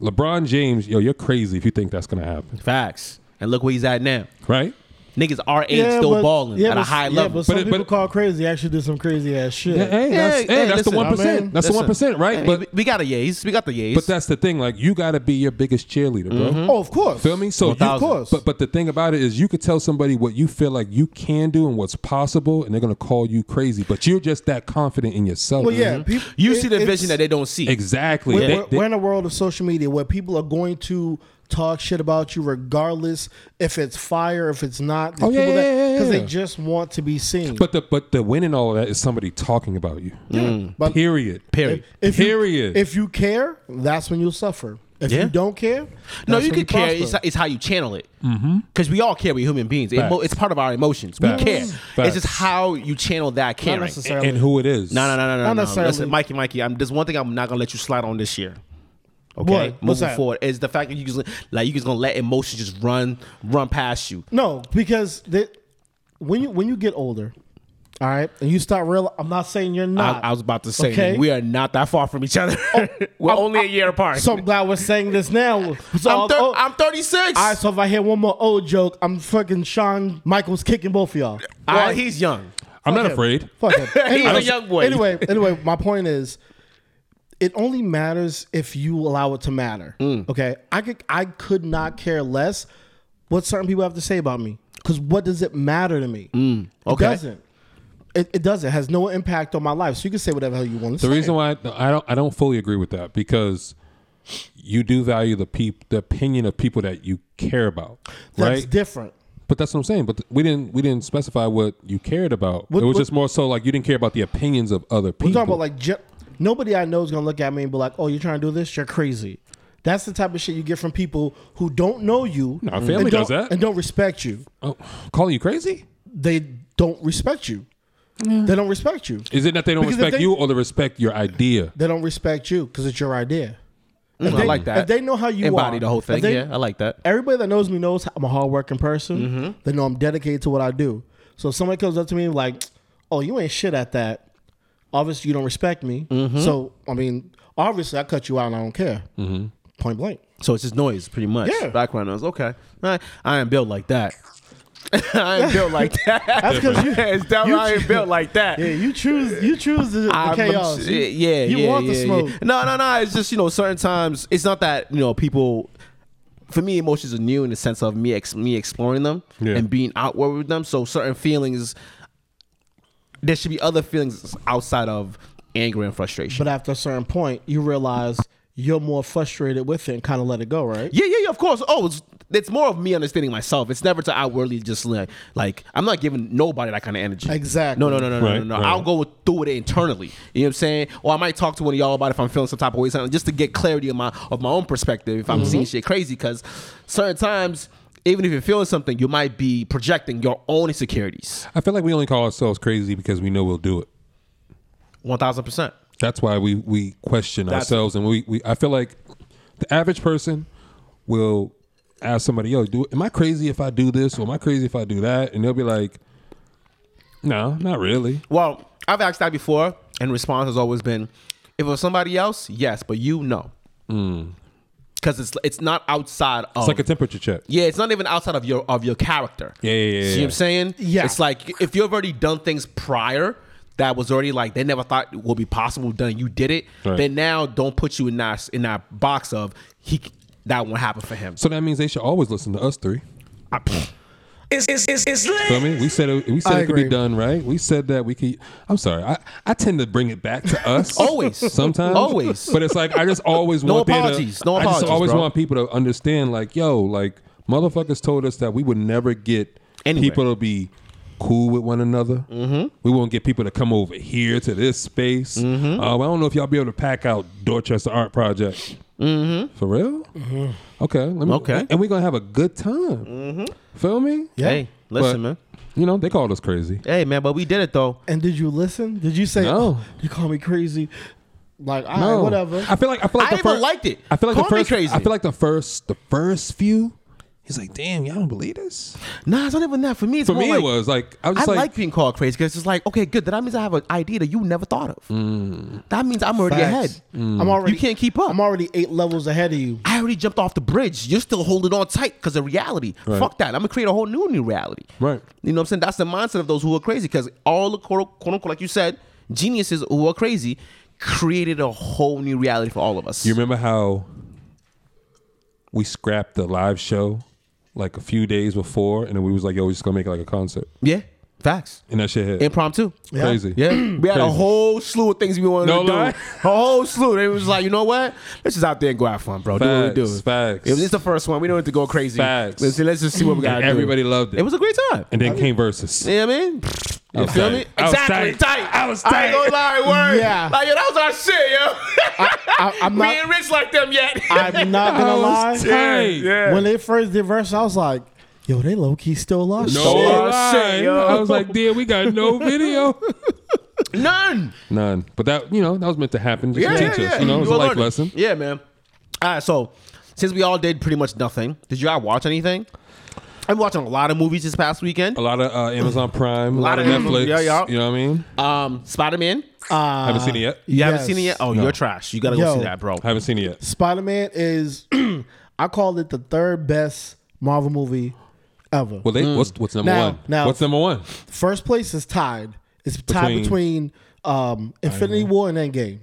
LeBron James, yo, you're crazy if you think that's gonna happen,
Facts. And look where he's at now.
right?
Niggas our age still balling at a high level.
but some
But it-
people
but-
call crazy actually did some crazy ass shit.
Yeah, hey, that's, hey, that's the one
I mean,
percent. That's the one percent, right?
But we,
but
we got a yays. We got the yays.
but that's the thing. Like you got to be your biggest cheerleader, bro.
Oh, of course.
Feel me? So, you,
1000.
Of course.
but but the thing about it is, you could tell somebody what you feel like you can do and what's possible, and they're gonna call you crazy. But you're just that confident in yourself. Mm-hmm.
well, yeah. peop-
Mm-hmm. you
it-
see the
it's-
vision that they don't see.
exactly.
We're,
They-
we're-
they-
we're in a world of social media where people are going to talk shit about you regardless if it's fire, if it's not.
Oh, yeah, yeah, yeah,
Because
yeah.
they just want to be seen.
but the but the win in all that is somebody talking about you.
But-
period.
Mm. Period.
if
Period.
You, if you care, that's when you'll suffer. If
Yeah.
you don't care,
no,
that's
you
when
can care.
prosper.
It's, it's how you channel it. Because we all care. We're human beings. Emo-
Mm-hmm. Facts.
it's part of our emotions.
Facts.
We care.
Facts.
It's just how you channel that caring.
necessarily.
and, and who it is.
No, no, no, no, no.
Not
no.
necessarily.
Listen, Mikey, Mikey, I'm, there's one thing I'm not gonna let you slide on this year. Okay,
What? What's
moving
that?
forward is the fact that you just like you just gonna let emotion just run run past you.
No, because they, when you when you get older, all right, and you start real. I'm not saying you're
I,
not.
I was about to say
Okay.
we are not that far from each other. <laughs> We're
I'm-
only a
I'm-
year apart.
so I'm glad we're saying this now. So
I'm, thir-
oh,
I'm 36.
all right, so if I hear one more old joke, I'm fucking Shawn Michaels kicking both of y'all.
well,
All right?
he's young.
I'm not
Fuck him.
afraid.
Fuck
<laughs>
him.
He's a
Anyway,
young boy.
Anyway, anyway, my point is, it only matters if you allow it to matter.
Mm.
Okay, I could I could not care less what certain people have to say about me because what does it matter to me?
Mm,
okay.
it doesn't. It, it doesn't. It has no impact on my life. So you can say whatever the hell you want to say.
The reason why I I don't I don't fully agree with that because you do value the peop the opinion of people that you care about,
that's
right?
different.
But that's what I'm saying. But th- we didn't we didn't specify what you cared about.
What-
it was
what-
just more so like you didn't care about the opinions of other people.
We're talking about like ge- nobody I know is gonna look at me and be like, "Oh, you're trying to do this? You're crazy." That's the type of shit you get from people who don't know you.
Nah, family
and
does
don't-
that.
and don't respect you.
oh, calling you crazy.
they don't respect you. They don't respect you.
Is it that they don't
Because if
respect
they-
you or they respect your idea?
They don't respect you because it's your idea.
Mm, I
they-
like that.
if they know how you
embody
are,
the whole
if
thing.
they-
yeah, I like Mm-hmm. that.
Everybody that knows me knows I'm a hardworking person. They know I'm dedicated to what I do. So if somebody comes up to me like, "Oh, you ain't shit at that," obviously you don't respect me.
Mm-hmm.
So I mean, obviously I cut you out and I don't care.
Mm-hmm.
Point blank.
So it's just noise, pretty much.
Yeah.
Background noise. Okay. I, I ain't built like that. <laughs> I ain't built
<laughs>
like that.
That's because you.
<laughs> it's down.
You-
I ain't built like that.
<laughs> Yeah, you choose. You choose the, the
I'm-
chaos. You-
yeah,
you
yeah,
want the
yeah,
smoke.
yeah. No, no, no. It's just you know, certain times it's not that you know people. For me, emotions are new in the sense of me ex- me exploring them
Yeah.
and being outward with them. So certain feelings, there should be other feelings outside of anger and frustration.
But after a certain point, you realize you're more frustrated with it and kind of let it go, right?
yeah, yeah, yeah. Of course. Oh, it's it's more of me understanding myself. It's never to outwardly just like like I'm not giving nobody that kind of energy.
Exactly.
No, no, no, no, no,
Right,
no, no.
right.
I'll go with, through it internally. You know what I'm saying? Or I might talk to one of y'all about if I'm feeling some type of way, something just to get clarity of my of my own perspective. If I'm seeing shit crazy, because certain times, even if you're feeling something, you might be projecting your own insecurities.
I feel like we only call ourselves crazy because we know we'll do it.
One thousand percent.
That's why we we question ourselves, and we, we I feel like the average person will ask somebody, "Yo, do am I crazy if I do this, or am I crazy if I do that?" And they'll be like, "No, not really."
Well, I've asked that before, and response has always been, if it was somebody else, yes, but you, no. Because it's it's not outside of
Hmm. It's like a temperature check.
Yeah, it's not even outside of your of your character.
Yeah, yeah, yeah,
See
yeah.
what I'm saying?
Yeah.
It's like if you've already done things prior that was already like they never thought would be possible done, you did it.
Right.
Then now don't put you in that in that box of he that won't happen for him.
So that means they should always listen to us three.
I- pfft.
It's it's it's it's
Feel
lit.
me? We said it, we said
I
it could be
agree.
done, right? We said that we could. I'm sorry. I, I tend to bring it back to us
<laughs> Always.
sometimes,
Always.
But it's like I just always
No
want there to-
apologies. No
I
apologies,
just always
bro.
want people to understand, like, yo, like motherfuckers told us that we would never get
Anywhere.
people to be cool with one another. Mm-hmm. We won't get people to come over here to this space. Mm-hmm. Uh, I don't know if y'all be able to pack out Dorchester Art Project. Mm-hmm. For real? Okay. Let me,
Mm-hmm. Okay.
And we're gonna have a good time. Mm-hmm. Feel me?
Yeah.
Hey, listen,
But,
man.
You know, they called us crazy.
Hey, man, but we did it though.
And did you listen? Did you say,
No.
oh, you call me crazy? Like, all right,
No,
whatever.
Oh. I feel like I feel like
I
the
even
first,
liked it.
I feel like
Call
the
me
first.
crazy.
I feel like the first. The first few. He's like, damn, y'all don't believe this.
Nah, it's not even that. For me, it's
For
more
me,
like,
it was like I was
I
just
like,
like,
being called crazy because it's like, okay, good. That means I have an idea that you never thought of.
Mm.
That means I'm already
Facts.
ahead.
I'm already.
You can't keep up.
I'm already eight levels ahead of
<laughs>
you.
I already jumped off the bridge. You're still holding on tight because of reality.
Right.
Fuck that. I'm gonna create a whole new new reality.
Right.
You know what I'm saying? That's the mindset of those who are crazy because all the quote, quote unquote, like you said, geniuses who are crazy created a whole new reality for all of us.
you remember how we scrapped the live show like a few days before, and then we was like, yo, we're just gonna make like a concert,
yeah. Facts.
and that shit hit
Impromptu.
crazy.
Yeah. <clears throat> We had a
Crazy.
whole slew of things we wanted
No
to
lie.
do. A whole slew. They was like, you know what? Let's just out there and go have fun, bro. do what we do.
Facts, facts.
It was just the first one. We don't have to go crazy.
Facts.
Let's, let's just see what we got.
And everybody loved it.
It was a great time.
And then came verses.
You know what I mean? You
was
feel
tight.
me?
I was
exactly.
tight.
tight.
I was
I ain't
tight.
gonna lie, word.
Yeah.
Like, yo, that was our shit, yo.
I,
<laughs>
I'm
we
not.
ain't rich like them yet.
I'm not
I
gonna lie.
was tight.
When they first did verse, I was like, yo, they low key still lost.
No
So
shit.
I
lie.
say, yo.
I was like, damn, we got no video.
<laughs> None.
None. But that, you know, that was meant to happen. Just
Yeah,
to
yeah,
teach
yeah.
us. You know, it was
You're
a life
learning.
lesson.
Yeah, man. All right, so since we all did pretty much nothing, did you all watch anything? I've been watching a lot of movies this past weekend.
A lot of uh, Amazon Prime, a
lot
lot, of
of Amazon-
Netflix.
yeah, yeah.
You know what I mean?
Um, Spider Man.
I haven't seen it yet.
You haven't
Yes.
seen it yet? Oh, you're trash. You gotta go
Yo.
see that, bro.
I haven't seen it yet.
Spider Man is, <clears throat> I call it the third best Marvel movie ever.
Well, they, what's what's number
Now-
one?
now-
what's number one?
First place is tied. It's tied
Between-
between um, Infinity War and Endgame.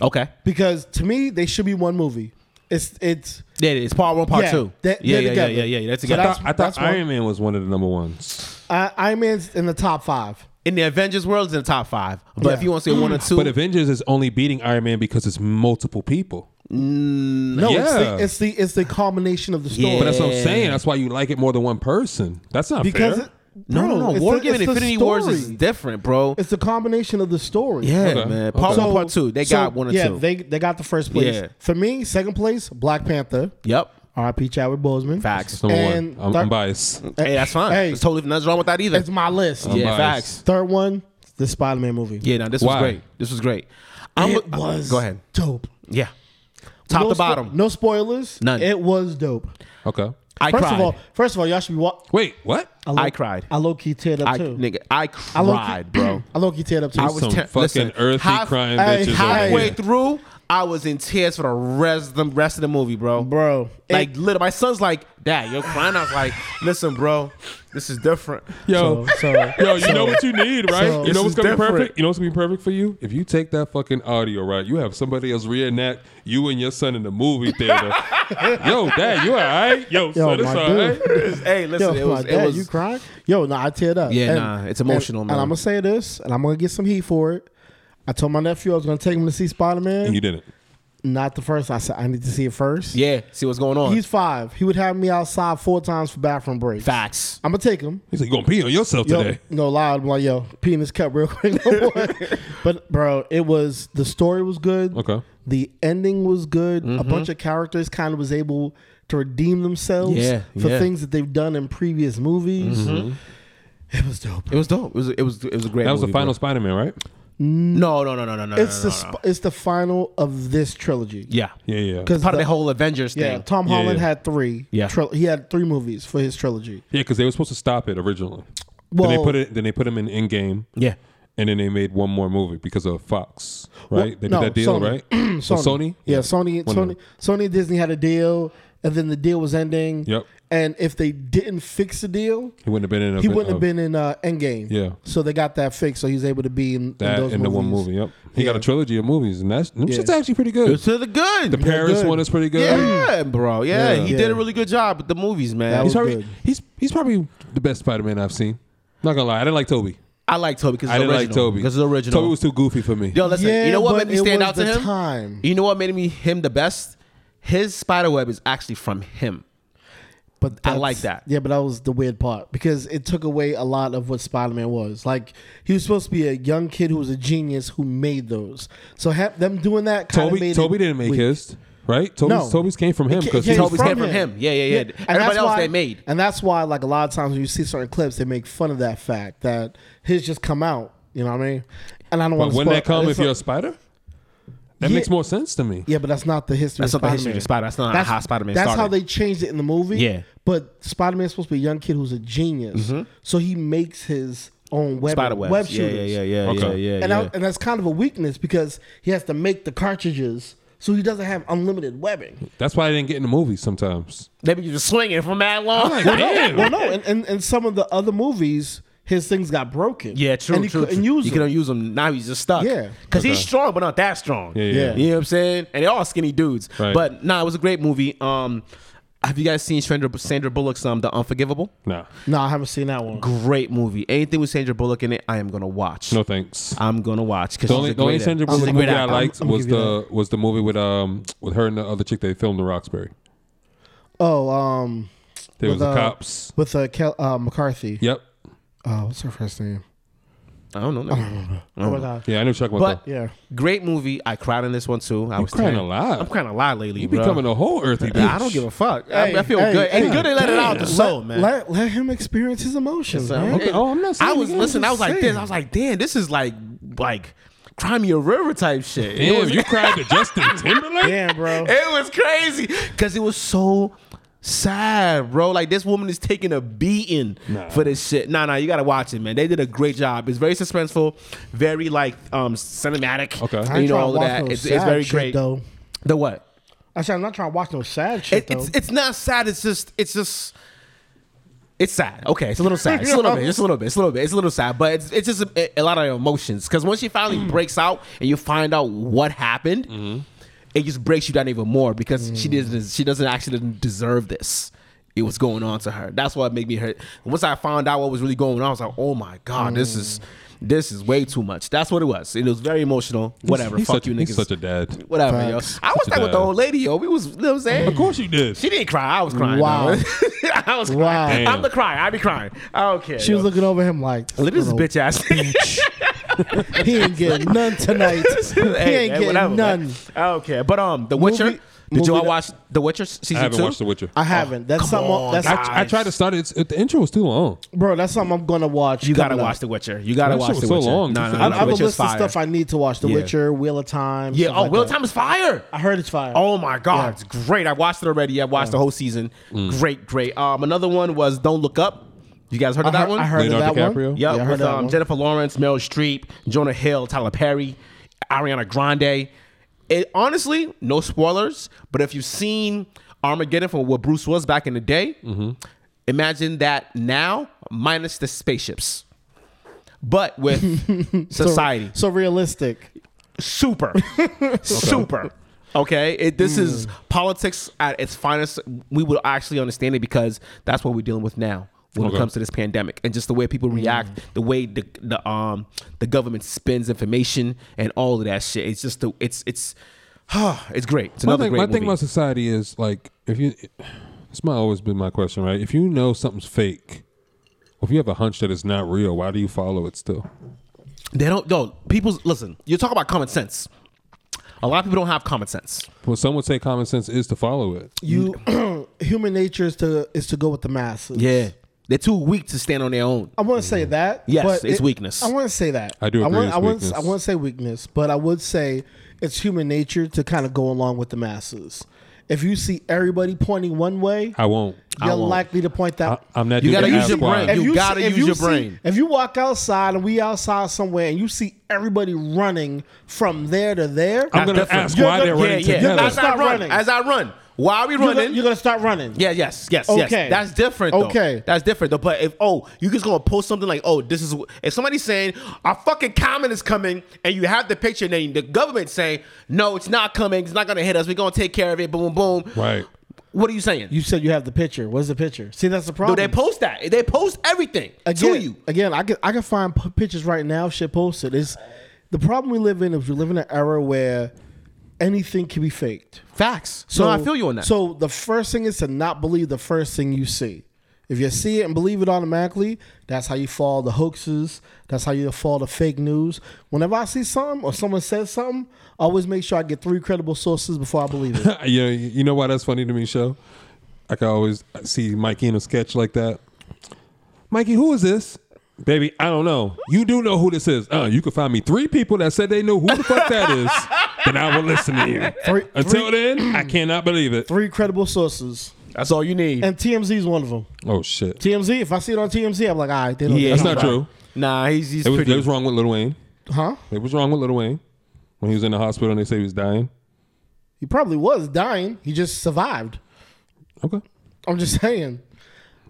Okay.
Because to me, they should be one movie. It's it's
Yeah, it's part one, part
Yeah,
two.
they-
yeah,
they're
yeah, yeah,
together.
yeah, yeah, yeah. That's
So
together.
that's-
I thought
one.
Iron Man was one of the number ones.
I, Iron Man's in the top five.
in the Avengers world, it's in the top five. But
Yeah.
if you want to say one or two,
But Avengers is only beating Iron Man because it's multiple people.
No, it's,
Yeah.
the, it's the it's the culmination of the story.
But that's what
Yeah.
I'm saying. That's why you like it more than one person. That's not
because
fair.
it-
No,
bro,
no, no.
it's
War
the-
Game
it's the
Infinity Wars is
story.
different, bro.
It's the combination of the story.
yeah,
Okay,
man.
okay.
Part
So-
one, part two. They
so,
got one or
yeah,
two.
They they got the first place.
Yeah.
For me, second place, Black Panther.
yep.
R.I.P. Chadwick Boseman. <laughs>
It's
Facts.
number
and
one. I'm,
thir-
I'm biased.
Hey, that's fine.
Hey.
There's totally nothing wrong with that either.
It's my list.
I'm
yeah,
biased.
facts.
Third one, the Spider Man movie.
Oh, Yeah, now this <laughs> was
Why?
great. This was great. I'm,
It was
Go uh, ahead.
dope.
Yeah. top
no
to
spo-
bottom.
no spoilers.
None.
It was dope.
Okay.
I
first
cried.
of all, first of all, y'all should be. Wa-
Wait, what?
low-
I cried.
I low key teared up
I,
too.
nigga, I
low-key-
cried, bro.
<clears throat>
<clears throat>
I low key teared up too.
I was
Some
te-
fucking
listen,
earthy
half-
crying
hey,
bitches over
halfway
here.
Halfway through, I was in tears for the rest of the rest of the movie, bro.
bro.
Like
It-
literally, my son's like, "Dad, you're crying." I was like, "Listen, bro, this is different."
Yo, <laughs>
so,
<laughs>
yo, you know what you need, right?
so-
you
This
know what's
is
gonna be
different.
perfect. You know what's gonna be perfect for you if you take that fucking audio, right? You have somebody else reenact you and your son in the movie
<laughs>
theater. yo, dad, you all right? Yo, son, it's
my
all right.
hey,
<laughs> Yo,
listen, it
my
was,
dad,
it was
you crying? Yo, no, I teared up.
Yeah, nah, it's emotional,
and,
man.
And I'm gonna say this, and I'm gonna get some heat for it. I told my nephew I was gonna take him to see Spider
And you
Man.
didn't.
Not the first. I said I need to see it first.
yeah. See what's going on.
He's five. He would have me outside four times for bathroom breaks.
facts.
I'm gonna take him.
He said you gonna pee on yourself
Yo,
today.
no lie, I'm like, yo, pee in this cup real <laughs> quick. No more. but bro, it was the story was good.
Okay.
The ending was good. A
Mm-hmm.
bunch of characters kind of was able to redeem themselves
Yeah,
for
yeah. Mm-hmm.
things that they've done in previous movies. It was dope.
It was dope. It was it was it was a great.
That was the
movie, bro.
final Spider-Man, right?
No, no, no, no, no, no.
It's
no,
the
no, no.
sp- it's the final of this trilogy.
yeah,
Yeah, yeah.
Because
part of the whole Avengers thing.
yeah, Tom
Yeah,
Holland
yeah.
had three.
Yeah.
tril- he had three movies for his trilogy.
Yeah, because they were supposed to stop it originally.
Well,
then they put it. Then they put him in Endgame.
Yeah.
And then they made one more movie because of Fox,
Well,
right? they did
no,
that deal,
Sony. <clears throat>
right?
Sony.
Or Sony.
Yeah, Sony.
One of
Sony.
them.
Sony and Disney had a deal, and then the deal was ending.
Yep.
And if they didn't fix the deal,
He wouldn't have been in. A
he
bit
wouldn't have
of
been in uh, Endgame.
Yeah.
So they got that fixed, so he's able to be in,
that
in
in
those
the
movies.
one movie. Yep. He got
Yeah.
a trilogy of movies, and that's them
Yeah.
shit's actually pretty good.
It's to the good.
the Paris
good.
one is pretty good. Mm.
yeah, bro. Yeah,
Yeah.
he did
Yeah.
a really good job with the movies,
That
man.
was-
He's probably
good.
he's he's probably the best Spider-Man I've seen. Not gonna lie, I didn't like Toby.
I like Toby because
I didn't like Toby
because it's original.
Toby was too goofy for me.
Yo, listen.
Yeah,
you know what
but
made me
it
stand
was
out to
the
him?
time.
You know what made me him the best? His spider web is actually from him.
But
I
that's-
like that.
Yeah, but that was the weird part because it took away a lot of what Spider Man was. Like he was supposed to be a young kid who was a genius who made those. So ha- them doing that kind
Toby
made
Toby
it
didn't make
weak.
his right. Toby's,
No.
Toby's came from him
It
because
came
he
Toby's came from him. Yeah, yeah, yeah. Everybody
that's
else they made.
And that's why, like a lot of times when you see certain clips, they make fun of that fact that his just come out. You know what I mean? And I don't want
But
to.
wouldn't that come if you're a spider? That
Yeah.
makes more sense to me.
Yeah, but that's not the history.
That's
of
not the
Spider-Man.
history of Spider- that's not how Spider-Man
That's
started.
how they changed it in the movie.
Yeah.
but Spider Man's supposed to be a young kid who's a genius, so he makes his own web
Spider
web,
webs. yeah,
shooters.
yeah, yeah, yeah,
Okay.
yeah, yeah.
and
yeah.
I, and that's kind of a weakness because he has to make the cartridges, so he doesn't have unlimited webbing.
That's why I didn't get in the movies sometimes.
Maybe you just swinging from that long. <laughs>
Damn.
Well, no, and, and, and some of the other movies, his things got broken.
Yeah, true,
And he
true.
couldn't
true.
use
you
them.
couldn't use him. Now he's just stuck.
Yeah.
because he's strong, but not that strong.
Yeah, yeah,
Yeah.
You know what I'm saying? And they're all skinny dudes.
Right.
But nah, it was a great movie. Um, have you guys seen Sandra, Sandra Bullock's um, The Unforgivable?
Nah.
No, I haven't seen that one.
Great movie. Anything with Sandra Bullock in it, I am gonna watch.
No thanks.
I'm gonna watch because
The only,
she's a
the only
great,
Sandra
she's a
Bullock
great
movie I
actor.
liked
gonna
was
give you
the was the movie with um with her and the other chick they filmed in Roxbury.
Oh, um,
There was
With,
the
uh,
cops.
with uh, Kel- uh McCarthy.
Yep.
Oh, what's her first name?
I don't know. nigga.
Oh my god.
Yeah, I know Chuck
But
about that.
Yeah.
great movie. I cried in this one too. I was
crying
tearing-
a lot.
I'm crying a lot lately.
You
bro. <laughs>
becoming a whole earthy bitch.
I don't give a fuck. I- I,
Hey,
feel
hey,
good.
hey,
it's good they let it out the
Let-
soul, man.
Let, let him experience his emotions.
So,
man.
okay.
Oh, I'm not saying
I was
again, I'm
listen. I
just
was like
saying.
this. I was like, damn, this is like like cry me a river type shit. It
Damn,
was,
you cried to Justin
<laughs>
Timberlake?
<laughs> Damn, bro.
it was crazy because it was so sad, bro. Like this woman is taking a beating for this shit. Nah, nah, you gotta watch it, man. They did a great job. It's very suspenseful, very like um cinematic.
Okay.
I ain't
you know
tryna
all of
watch
that.
no
It's, it's
sad
very
shit,
great.
though.
The what?
I said I'm not trying to watch no sad shit
It,
though.
it's it's not sad. It's just it's just it's sad. Okay, it's a little sad. It's a little bit. It's a little bit. It's a little bit. It's a little sad. But it's it's just a, a lot of emotions. Because once she finally
Mm.
breaks out and you find out what happened,
Mm-hmm.
it just breaks you down even more because
Mm.
she doesn't she doesn't actually deserve this. It was going on to her. That's what made me hurt. Once I found out what was really going on, I was like, oh my god, this is this is way too much. That's what it was. It was very emotional. Whatever.
Mm. He's
Fuck
such,
you,
he's
niggas.
such a dad.
Whatever,
Facts.
yo. I was
Such a
there with
dad.
the old lady, yo. We was, you know what I'm saying?
Of course you did.
She didn't cry. I was crying.
Wow.
though. <laughs> I was
Wow.
crying.
Damn.
I'm the crier. I be crying. I don't care.
she was
yo.
looking over him like <laughs>
Look at this
little
bitch ass.
He ain't getting none tonight. he
<laughs>
ain't
Hey, hey,
getting
whatever, man.
none.
I don't care. But um, The Witcher.
Movie-
did y'all
movie-
watch The Witcher season
I haven't
two?
watched The Witcher.
I haven't. That's something.
on,
that's
I, I tried to start it. It's- The intro was too long.
bro. That's something I'm gonna watch.
You gotta
coming up.
watch The Witcher. You gotta
That shit
watch
was
The
so
Witcher.
long.
No, no,
I-
no.
I, I
The
have a
Witcher's
list of
fire.
stuff I need to watch. The
Yeah.
Witcher, Wheel of Time.
Yeah.
stuff
Oh,
like
Will
that.
Time is fire.
I heard it's fire.
Oh my
Yeah.
god, it's great! I watched it already. I watched the whole season.
Mm.
Great, great. Um, another one was Don't Look Up. You guys heard
I
of that
heard,
one?
I heard of
Leonardo
that
DiCaprio?
Yep,
one. yeah, I heard
with
that
um,
one.
Jennifer Lawrence, Meryl Streep, Jonah Hill, Tyler Perry, Ariana Grande. It honestly, no spoilers, but if you've seen Armageddon from what Bruce was back in the day,
Mm-hmm.
imagine that now minus the spaceships, but with society.
<laughs> So realistic.
<laughs> Super, super. Okay, it, this is politics at its finest. We will actually understand it because that's what we're dealing with now when
Okay.
it comes to this pandemic and just the way people react, the way the, the um the government spends information and all of that shit. It's just the it's it's <sighs> it's great. It's
My
another
thing,
great
my
movie.
thing about society is like if you. It's my always been my question, right? If you know something's fake, if you have a hunch that it's not real, why do you follow it still?
they don't yo people listen. You talk about common sense. A lot of people don't have common sense.
Well, some would say common sense is to follow it.
You <clears throat> human nature is to is to go with the masses.
they're too weak to stand on their own.
I wouldn't say that.
Mm. Yes,
but
it's weakness.
I wouldn't say that.
I do
I
agree
wouldn't,
it's
I wouldn't,
weakness.
I wouldn't say weakness, but I would say it's human nature to kind of go along with the masses. If you see everybody pointing one way,
I won't.
you're
won't.
likely to point that.
I, I'm not.
You
doing
gotta
that
use your
squad.
brain. You gotta
if
use your
see-
brain.
If you walk outside and we outside somewhere and you see everybody running from there to there,
I'm gonna
different.
ask
You're
why
gonna-
they're running
yeah, yeah.
together.
You're
As I
Stop
run,
running.
as I run, why are we running?
you're, gonna, you're gonna start running.
Yeah, yes, yes,
Okay.
yes. That's different. Though.
Okay.
that's different. Though. But if oh, you just gonna post something like oh, this is wh- if somebody's saying a fucking comment is coming, and you have the picture, and then the government saying no, it's not coming, it's not gonna hit us, we're gonna take care of it, boom, boom.
Right.
What are you saying?
You said you have the picture. What's the picture? See, that's the
Do
problem.
they post that? They post everything
again,
to you.
Again, I can I can find p- pictures right now. Shit posted is the problem we live in is we live in an era where anything can be faked.
Facts. So I feel you on that.
So the first thing is to not believe the first thing you see. If you see it and believe it automatically, that's how you fall the hoaxes. That's how you fall the fake news. Whenever I see something or someone says something, I always make sure I get three credible sources before I believe
<laughs>
it.
you know, Uh, you know why that's funny to me, show. I can always see Mikey in a sketch like that. Mikey, who is this? Baby, I don't know. You do know who this is. Uh, you can find me three people that said they know who the fuck that <laughs> is, and I will listen to you.
Three-
Until then, I cannot believe it.
three credible sources,
That's all you need.
and TMZ is one of them.
Oh shit!
TMZ. If I see it on TMZ, I'm like, all right, they don't.
Yeah,
That's
he's
not
right.
true.
Nah, he's, he's
It was,
pretty.
it was wrong with Lil Wayne.
Huh?
It was wrong with Lil Wayne when he was in the hospital and they say he was dying.
He probably was dying. He just survived.
Okay.
I'm just <laughs> saying.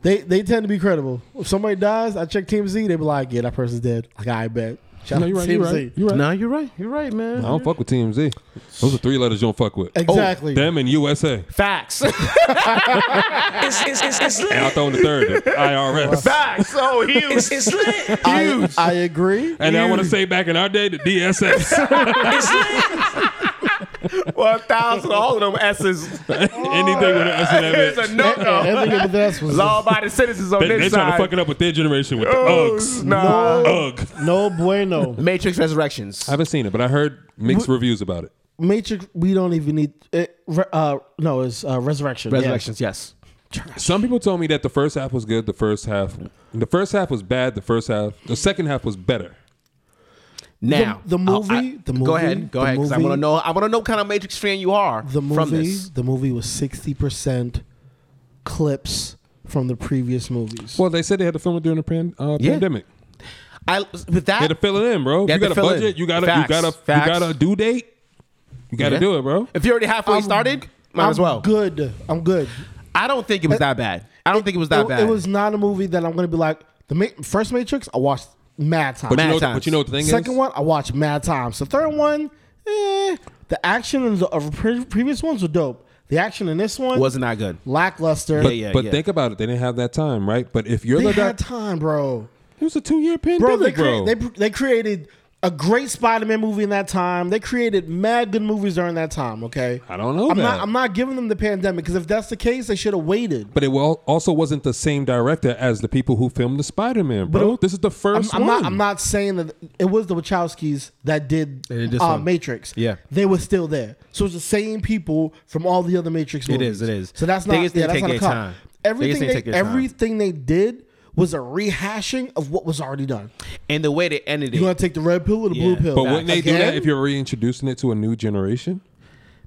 They they tend to be credible. If somebody dies, I check TMZ, they be like, yeah, that person's dead. Like, I bet. Shout
No,
out
you're right.
to
You're
TMZ.
right. You're right.
Nah, you're right. You're right, man.
I don't fuck with TMZ. Those are three letters you don't fuck with.
Oh,
Exactly.
Them and USA.
Facts. <laughs>
It's, it's, it's, it's
And I'll
lit.
throw in the third. IRS.
Facts.
<laughs>
Oh, huge.
It's, it's lit.
I,
<laughs>
I agree.
And I want to say back in our day, the <laughs> DSS.
It's lit.
One thousand. All of them S's.
<laughs> Anything with an S in that
It's
bitch.
a no no.
Everything with that was
Law-abiding citizens on
They,
this
they trying
side.
to fuck it up with their generation with the
Oh,
Uggs.
nah.
Ugg.
no bueno.
Matrix Resurrections.
I haven't seen it, but I heard mixed reviews about it.
Matrix, we don't even need. It, re- uh, no, it's uh, Resurrection. yeah.
Resurrections, yes.
Some people told me that the first half was good. The first half, the first half was bad. The first half, the second half was better.
Now
the movie- the
Go
movie-
ahead. Go
the
ahead. Because I
movie-
want to know. I want to know what kind of Matrix fan you are
The
from
movie,
this.
the movie was 60% clips from the previous movies.
Well, they said they had to film it during the pan, uh,
Yeah.
pandemic.
I with that.
They had to fill it in, bro.
They
You
had to
got a
fill in.
budget. You got to. You
Facts.
got a.
Facts.
You got a due date. You got to
Yeah.
do it, bro.
if you're already halfway started, might
I'm
as well.
Good. I'm good.
I don't think it was that bad. I don't think it was that
it,
bad.
It was not a movie that I'm going to be like the ma- first Matrix. I watched mad times.
But you,
Mad
know,
times.
but you know what the thing
Second
is?
one, I watched mad times. The third one, eh, the action in the of pre- previous ones were dope. The action in this one
wasn't that good.
lackluster.
But,
yeah,
but
yeah.
think about it. They didn't have that time, right? But if you're
they
the doc-
had time, bro.
it was a two year
Bro, they,
pandemic,
crea-
bro.
they pr- they created. a great Spider-Man movie in that time. They created mad good movies during that time. Okay,
I don't know
I'm
that.
not. I'm not giving them the pandemic because if that's the case, they should have waited.
But it will, also wasn't the same director as the people who filmed the Spider Man, bro.
it-
this is the
I'm,
1st
I'm
one.
not. I'm not saying that it was the Wachowskis that did,
They did this
uh,
one.
Matrix.
Yeah.
they were still there. So it's the same people from all the other Matrix
It
movies.
is, it is.
So that's
They
not.
just
yeah,
didn't
that's
take
not a
their
cop.
time. They just
Everything.
didn't
They,
take their time.
everything they did was a rehashing of what was already done.
and the way they ended
You
it.
want to take the red pill or the
Yeah.
blue pill?
but wouldn't they do that
Again?
if you're reintroducing it to a new generation?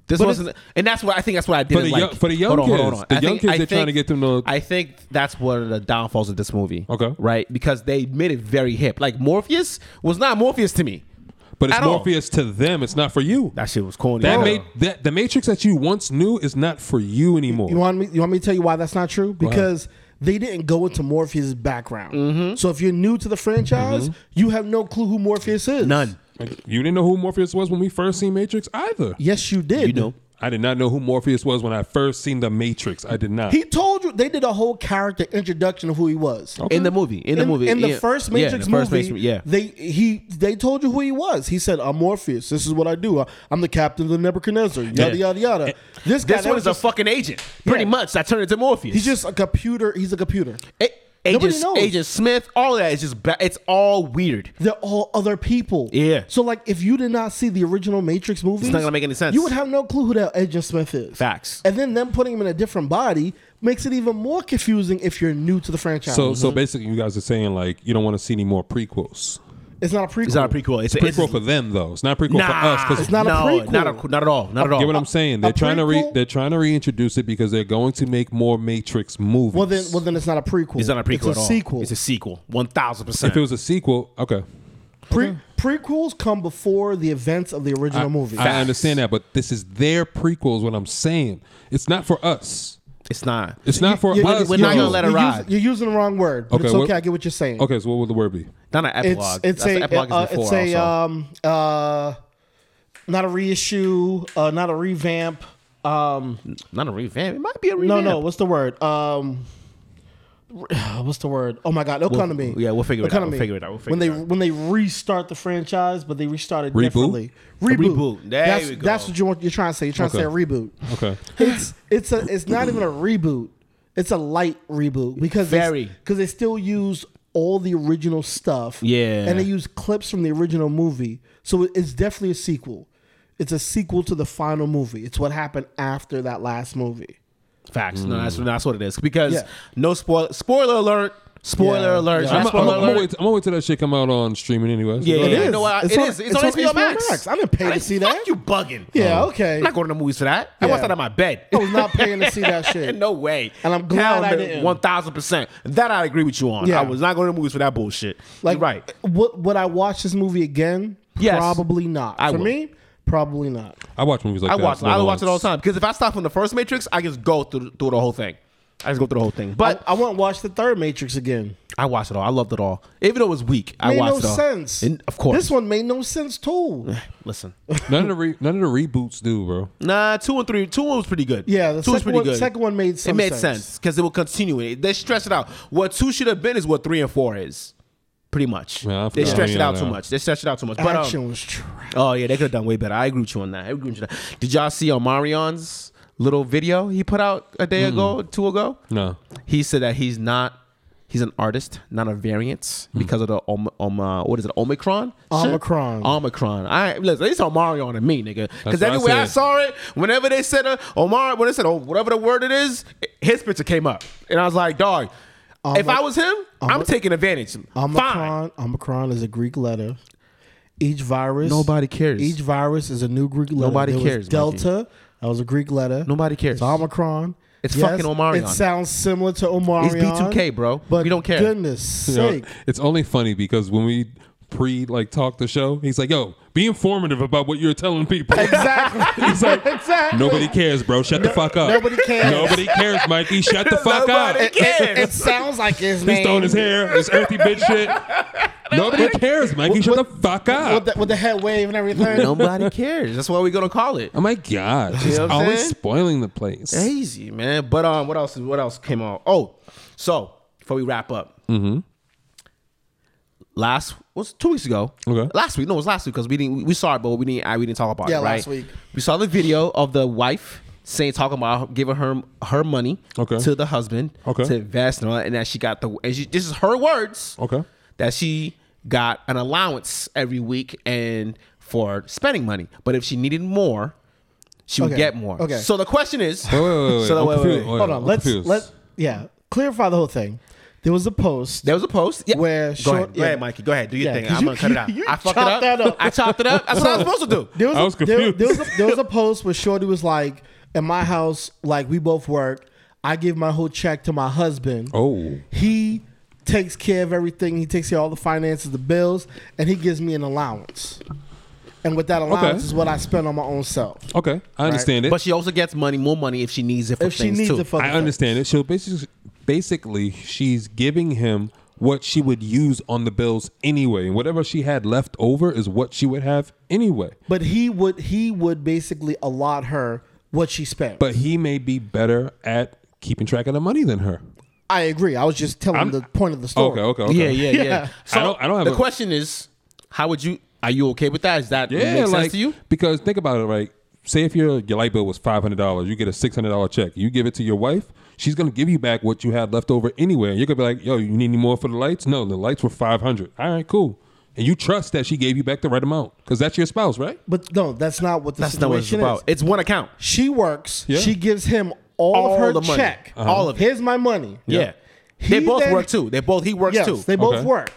This
But
wasn't, and that's what I think. That's what I did.
For the young- for the young kids. The
I
young
think-
kids,
I
they're trying
think-
to get them to-
I think that's one of the downfalls of this movie.
Okay.
right? Because they made it very hip. Like Morpheus was not Morpheus to me.
But it's
At all.
Morpheus to them. It's not for you.
That shit was corny.
That
Oh.
made that the Matrix that you once knew is not for you anymore.
You want me? You want me to tell you why that's not true? Because they didn't go into Morpheus' background.
Mm-hmm.
So if you're new to the franchise, you have no clue who Morpheus is.
none.
Like, you didn't know who Morpheus was when we first seen Matrix either.
Yes, you did.
You know,
I did not know who Morpheus was when I first seen the Matrix. I did not.
He told you they did a whole character introduction of who he was.
in the movie, in the movie,
in the
yeah.
first
Yeah, in
Matrix
the first
movie,
Matrix- yeah.
they he they told you who he was. He said, "I'm Morpheus. This is what I do. I- I'm the captain of the Nebuchadnezzar." Yada
Yeah.
yada yada. This guy,
this
that
one
was
is a
just-
fucking agent. Pretty
Yeah.
much, I turned into Morpheus.
He's just a computer. He's a computer.
A-
Nobody
Agent,
knows.
Agent Smith. All that is just. Ba- it's all weird.
They're all other people.
Yeah.
So like, if you did not see the original Matrix movies,
not gonna make any sense.
You would have no clue who that Agent Smith is.
Facts.
And then them putting him in a different body makes it even more confusing if you're new to the franchise.
so
Mm-hmm.
so basically, you guys are saying like you don't want to see any more prequels.
it's not a prequel.
It's not a prequel. It's a
Oh. Prequel
it's,
for them though. It's not prequel
nah,
for us because
It's not a
no,
prequel.
Not, a, not at all. Not at all.
Get what I'm saying? They're
a
trying to re-
prequel?
they're trying to reintroduce it because they're going to make more Matrix movies.
Well then, well then, it's not a prequel.
It's not a prequel
It's a
at all.
sequel.
It's a sequel. One thousand percent.
if it was a sequel, okay,
Pre- prequels come before the events of the original movie.
I understand that. But this is their prequels. What I'm saying, it's not for us.
It's not.
It's not for
You-
us.
We're not
bro.
gonna let it
you're
ride.
using- you're using the wrong word. But
Okay,
it's
what-
okay. I get what you're saying.
Okay, so what would the word be?
Not an
It's
epilogue.
it's
That's-
a
epilogue
uh,
is before
it's a
also.
um uh not a reissue, uh, not a revamp. Um,
not a revamp. It might be a
no,
revamp.
no. What's the word? Um, <sighs> what's the word? Oh my god, it'll
We'll-
come to me.
yeah, we'll figure
It'll
it
come
out.
to
We'll
me.
figure it out. We'll figure
when they
it out.
when they restart the franchise, but they restart it
Reboot?
differently.
reboot. There
that's,
we go.
That's what you want. You're trying to say. You're trying to say a
Okay.
reboot.
Okay,
It's it's a it's not even a reboot. It's a light reboot because
Very.
because they still use all the original stuff.
Yeah.
and they use clips from the original movie, so it- it's definitely a sequel. It's a sequel to the final movie. It's what happened after that last movie.
Facts. No, that's, that's what it is. Because
Yeah.
no spoil. Spoiler alert. Spoiler
Yeah.
alert. not
Yeah.
I'm, I'm, I'm,
spoiler
gonna
alert.
wait, I'm gonna wait till that shit come out on streaming anyways.
yeah,
It
yeah,
is.
You know what?
It's
It
on-
is. It's,
it's
on,
on
HBO,
HBO
Max.
Max. I didn't pay to
didn't-
see that.
Fuck you bugging. Oh.
Yeah, okay.
I'm not going to the movies for that. I
Yeah.
watched that on my
<laughs>
bed. <laughs>
I was not paying to see that shit.
no way.
And I'm glad I
Hell,
didn't.
One thousand percent. That I agree with you on.
Yeah.
I was not going to the movies for that bullshit.
Like,
You're right.
Would would I watch this movie again?
Yes.
Probably not.
I
For
will.
me, probably not.
I watch movies like
I
that.
watch. it. I
more than
watch it all
once.
the time because if I stop from the first Matrix, I just go through through the whole thing. I just go through the whole thing. But
But I, won't watch the third Matrix again.
I watched it all. I loved it all. Even though it was weak, I
Made no
watched it all.
sense.
And of course,
this one made no sense too.
Listen,
None of the re- none of the reboots do, bro.
nah, two and three, two was pretty good.
Yeah, the
two was
second
pretty
one-
good.
second one made
it
some
made
sense.
sense because it will continue. It they stretched it out. What two should have been is what three and four is, pretty much.
Yeah, I
they
forgot.
stretched it
Yeah,
out too
yeah.
much. They stretched it out too much. But um,
Action was trash.
oh yeah, they could have done way better. I agree with you on that. I agree with you. On that. Did y'all see Omarion's little video he put out a
Hmm.
day ago, two ago?
No,
he said that he's not he's an artist not a variant
Hmm.
because of the om, om, uh, what is it omicron shit?
Omicron.
omicron i listen it's omarion to me nigga because
That's what
anyway
I
I,
said.
saw it whenever they said uh, omar when they said oh, whatever the word it is his picture came up and i was like dog if
Omi-
i was him i'm
Omi-
taking advantage fine
Omicron. Omicron is a Greek letter. Each virus.
Nobody cares.
Each virus is a new Greek letter.
Nobody
There was
cares, Mikey.
Delta. That was a Greek letter.
Nobody cares.
It's Omicron.
It's fucking Omarion.
It sounds similar to Omarion.
B2K, bro.
But
We don't care.
Goodness
You know,
sake.
it's only funny because when we pre like talk the show, he's like, "Yo, be informative about what you're telling people."
Exactly.
<laughs> He's like,
exactly.
Nobody cares, bro. Shut the fuck up.
nobody
<laughs>
cares.
Nobody cares, Mikey. Shut the fuck up.
Nobody
He's
cares.
It,
<laughs>
it sounds like his name.
throwing his hair, this earthy bitch shit. Nobody cares, Mikey. Shut the fuck
with
up.
the, with the head wave and everything.
nobody cares that's why we're gonna call it
Oh my god, he's
know what I'm
always
saying?
spoiling the place.
Crazy, man. But um, what else? What else came out? Oh, so before we wrap up, mm-hmm. last was two weeks ago.
Okay.
Last week, no, it was last week because we didn't we saw it, but we didn't I, we didn't talk about
Yeah,
it. Right.
last week.
we saw the video of the wife saying talking about giving her her money
Okay.
to the husband
Okay.
to invest and all that, and that she got the and she, this is her words
Okay.
that she got an allowance every week and for spending money, but if she needed more. She would
Okay.
get more.
Okay.
So the question is,
Wait, wait, wait, wait.
So,
I'm
wait, wait,
confused.
wait.
Wait,
Hold
wait,
on.
I'm
Let's
confused.
let yeah clarify the whole thing. There was a post.
There was a post yeah.
Where
Go
short-
ahead. Go
yeah.
ahead, Mikey. Go ahead. Do your
Yeah,
thing.
'cause
I'm
you-
gonna cut it out.
<laughs> you- you
I fucked it
chopped
up.
that up.
I chopped it up. That's what I was supposed to do.
<laughs> There was,
I was
a, there,
confused.
there was a, there was a post where Shorty was like, "In my house, like we both work. I give my whole check to my husband.
Oh.
he takes care of everything. He takes care of all the finances, the bills, and he gives me an allowance. And with that allowance is what I spend on my own self.
Okay. I understand it.
But she also gets money, more money if she needs it for
If she
things
needs
too.
it for,
I understand it. So basically, basically, she's giving him what she would use on the bills anyway. And whatever she had left over is what she would have anyway.
but he would he would basically allot her what she spent.
But he may be better at keeping track of the money than her.
I agree. I was just telling
I'm-
the point of the story.
Okay, okay, okay.
<laughs>
Yeah, yeah, yeah.
I don't. I don't have
the
a,
question is, how would you? Are you okay with that? Is that
Yeah,
make
like
sense to you?
because think about it. Right, say if your your light bill was five hundred dollars, you get a six hundred dollar check. You give it to your wife. She's gonna give you back what you had left over anyway. You're gonna be like, "Yo, you need any more for the lights?" No, the lights were five hundred. All right, cool. And you trust that she gave you back the right amount because that's your spouse, right?
But no, that's not what the
That's not what it's
situation
about.
is.
It's one account.
She works.
Yeah.
She gives him all,
All
of her
the money.
check.
Uh-huh. All of it.
Here's my money.
Yeah.
He
they both
then-
work too. They both he works
Yes,
too.
they both
Okay.
work.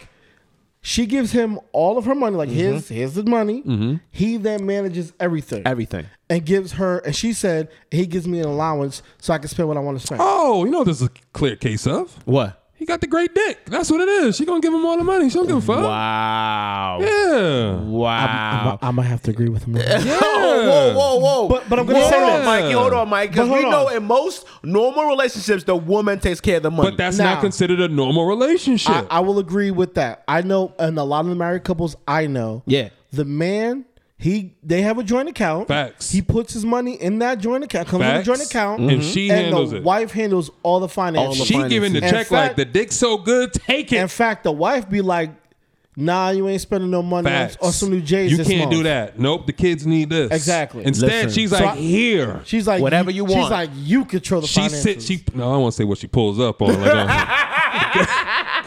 She gives him all of her money. Like here's here's the money.
Mm-hmm.
He then manages everything.
Mm-hmm. Everything.
And gives her. And she said he gives me an allowance so I can spend what I want to spend.
Oh, you know what this is a clear case of.
What?
He got the great dick. That's what it is. She gonna give him all the money. She don't give a fuck.
Wow. <laughs>
Yeah.
Wow.
I'm gonna have to agree <laughs> with him. on that.
Whoa, whoa, whoa!
But- but I'm gonna
Whoa,
say
this.
Mikey, hold on, Mike, because
But hold
we know
on.
in most normal relationships, the woman takes care of the money.
But that's
Nah.
not considered a normal relationship.
I, I will agree with that. I know, and a lot of the married couples I know.
Yeah.
The man, he they have a joint account.
Facts.
He puts his money in that joint account. Comes in a
Facts. Mm-hmm.
joint account.
And she
and
handles
the
it.
wife handles all the
All
finances.
the
she giving the
finances.
check
In
like
fact-
the dick's so good, take it.
In fact, the wife be like, "Nah, you ain't spending no money on,
Facts.
on some new J's.
You
this
can't
month."
do that. Nope. The kids need this.
Exactly.
Instead,
Listen.
she's
So
like
I-
here. She,
She's like,
Whatever you want.
She's like, you control the finances.
sits. She no, I won't say what she pulls up on. Because